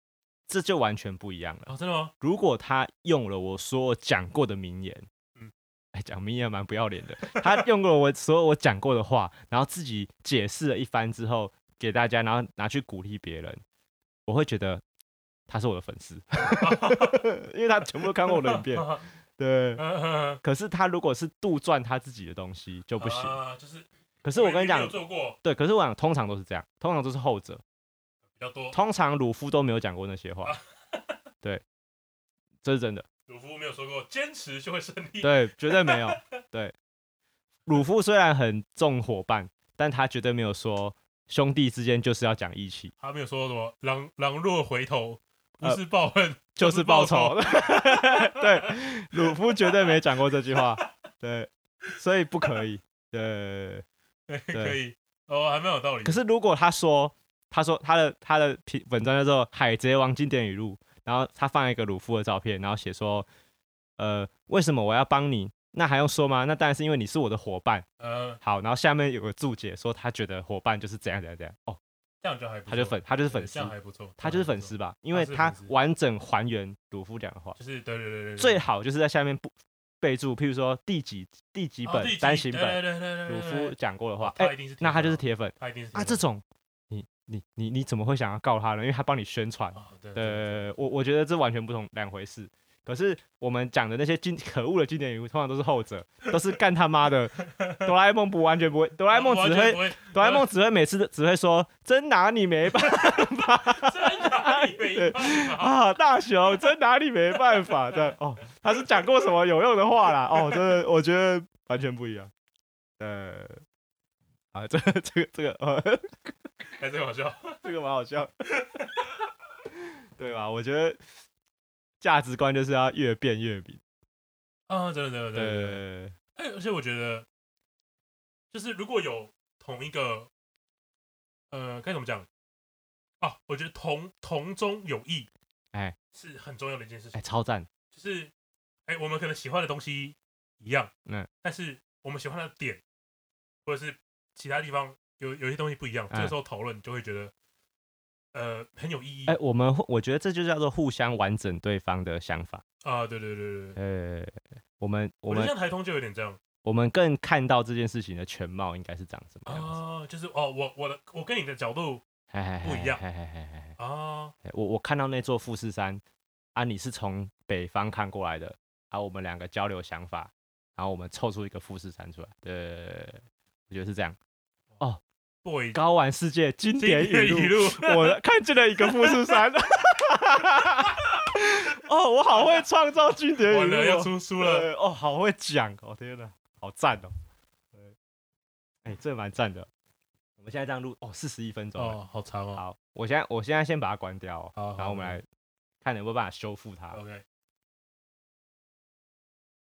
Speaker 2: 这就完全不一样了。
Speaker 1: 哦，真的吗？
Speaker 2: 如果他用了我所有讲过的名言，嗯
Speaker 1: 嗯，。
Speaker 2: 哎，讲名言蛮不要脸的，他用过我 *laughs* 所有我讲过的话，然后自己解释了一番之后给大家，然后拿去鼓励别人，我会觉得他是我的粉丝，因为他全部都看过我的影片
Speaker 1: *laughs*
Speaker 2: 对，
Speaker 1: 嗯
Speaker 2: 可是他如果是杜撰他自己的东西 *laughs* 就不行。
Speaker 1: 啊，就是
Speaker 2: 可
Speaker 1: 是
Speaker 2: 是我跟你
Speaker 1: 没
Speaker 2: 讲
Speaker 1: 有，做过
Speaker 2: 对，可是我想通常都是这样，通常都是后者，
Speaker 1: 比较多，
Speaker 2: 通常鲁夫都没有讲过那些
Speaker 1: 啊
Speaker 2: 话，对，这是真的，
Speaker 1: 鲁夫没有说过坚持就会胜利，
Speaker 2: 对，绝对没有，对，鲁夫虽然很重伙伴，但他绝对没有说兄弟之间就是要讲义气，
Speaker 1: 他没有说什么狼狼若回头不
Speaker 2: 呃
Speaker 1: 是报 *laughs* 恨，
Speaker 2: 就是报仇， *laughs* 对，鲁夫绝对没讲过这句话，对，所以不可以，对，
Speaker 1: 可以哦，还蛮有道理的。
Speaker 2: 可是如果他说，他说他的他的评文章叫做《海贼王经典语录》，然后他放一个鲁夫的照片，然后写说，呃，为什么我要帮你？那还用说吗？那当然是因为你是我的伙伴。
Speaker 1: 呃，
Speaker 2: 好，然后下面有个注解说他觉得伙伴就是怎样怎样怎样。哦，
Speaker 1: 这样就还不错
Speaker 2: 他就粉，他就是粉
Speaker 1: 对
Speaker 2: 丝
Speaker 1: 这，样还不错，
Speaker 2: 他就是粉丝
Speaker 1: 吧？
Speaker 2: 吧，因为
Speaker 1: 他是
Speaker 2: 他
Speaker 1: 粉丝
Speaker 2: 完整还原鲁夫讲的话。
Speaker 1: 就是对对对对，对
Speaker 2: 最好就是在下面不备注，譬如说第几第几
Speaker 1: 哦
Speaker 2: 本
Speaker 1: 第几
Speaker 2: 单行本
Speaker 1: 对对对对对对
Speaker 2: 鲁夫
Speaker 1: 对
Speaker 2: 讲过的话
Speaker 1: 哦，他
Speaker 2: 哎
Speaker 1: 一，定是铁粉啊，
Speaker 2: 那他就是铁粉
Speaker 1: 他一定是
Speaker 2: 啊。
Speaker 1: 铁
Speaker 2: 这
Speaker 1: 粉
Speaker 2: 种你你你你怎么会想要告他呢？因为他帮你宣传。
Speaker 1: 啊对对
Speaker 2: 对，我我觉得这完全不同两回事。可是我们讲的那些经 *laughs* 可恶的经典语录，通常都是后者，都是干他
Speaker 1: *laughs*
Speaker 2: 妈的。哆啦 A 梦不完全不会，哆啦 A 梦只会，哆啦 A 梦只会每次都只会说真拿你没 *laughs* 办法
Speaker 1: *laughs* 真
Speaker 2: *laughs*
Speaker 1: 的你没办法，
Speaker 2: 啊，大雄真拿你没办法的哦，他是讲过什么有用的话啦哦，真的我觉得完全不一样。呃，啊，这个这个这个 *laughs* 呃。
Speaker 1: 还真好笑。
Speaker 2: 这个蛮好笑，对吧？我觉得价值观就是要越变越明。
Speaker 1: 啊，真的真的真的真的。
Speaker 2: 对，
Speaker 1: 哎，而且我觉得，就是如果有同一个，呃，该怎么讲啊？我觉得同同中有异，
Speaker 2: 哎，
Speaker 1: 是很重要的一件事情
Speaker 2: 哎，。超赞！
Speaker 1: 就是，哎，我们可能喜欢的东西一样，
Speaker 2: 嗯，
Speaker 1: 但是我们喜欢的点，或者是其他地方有有一些东西不一样，这个
Speaker 2: 嗯
Speaker 1: 时候讨论就会觉得，呃，很有意义
Speaker 2: 哎，我们互我觉得这就叫做互相完整对方的想法。
Speaker 1: 啊！对对对对对，
Speaker 2: 呃，我们我
Speaker 1: 我觉得
Speaker 2: 们
Speaker 1: 像台通就有点这样
Speaker 2: 我们更看到这件事情的全貌应该是长什么样子。
Speaker 1: 啊，就是哦，我我的我跟你的角度
Speaker 2: 嘿嘿嘿
Speaker 1: 不一样
Speaker 2: 嘿嘿嘿嘿嘿
Speaker 1: 啊，
Speaker 2: 嘿我我看到那座富士山啊，你是从北方看过来的啊，我们两个交流想法，然后我们凑出一个富士山出来。对，我觉得是这样。
Speaker 1: 不一
Speaker 2: 高玩世界经典语录
Speaker 1: 语。录，
Speaker 2: *laughs* 我看见了一个富士
Speaker 1: *laughs*
Speaker 2: 山。哦，我好会创造经典语
Speaker 1: 完了
Speaker 2: 录
Speaker 1: 要
Speaker 2: 哦，
Speaker 1: 出书了，
Speaker 2: 对哦，好会讲哦，天哪，好赞哦，对哎、这蛮赞的。我们现在这样录哦，四十一分钟了、
Speaker 1: 哦，好长哦
Speaker 2: 好，我现在我现在先把它关掉、哦，
Speaker 1: 好好
Speaker 2: 然后我们
Speaker 1: 好
Speaker 2: 来看有没有办法修复它。
Speaker 1: ，OK，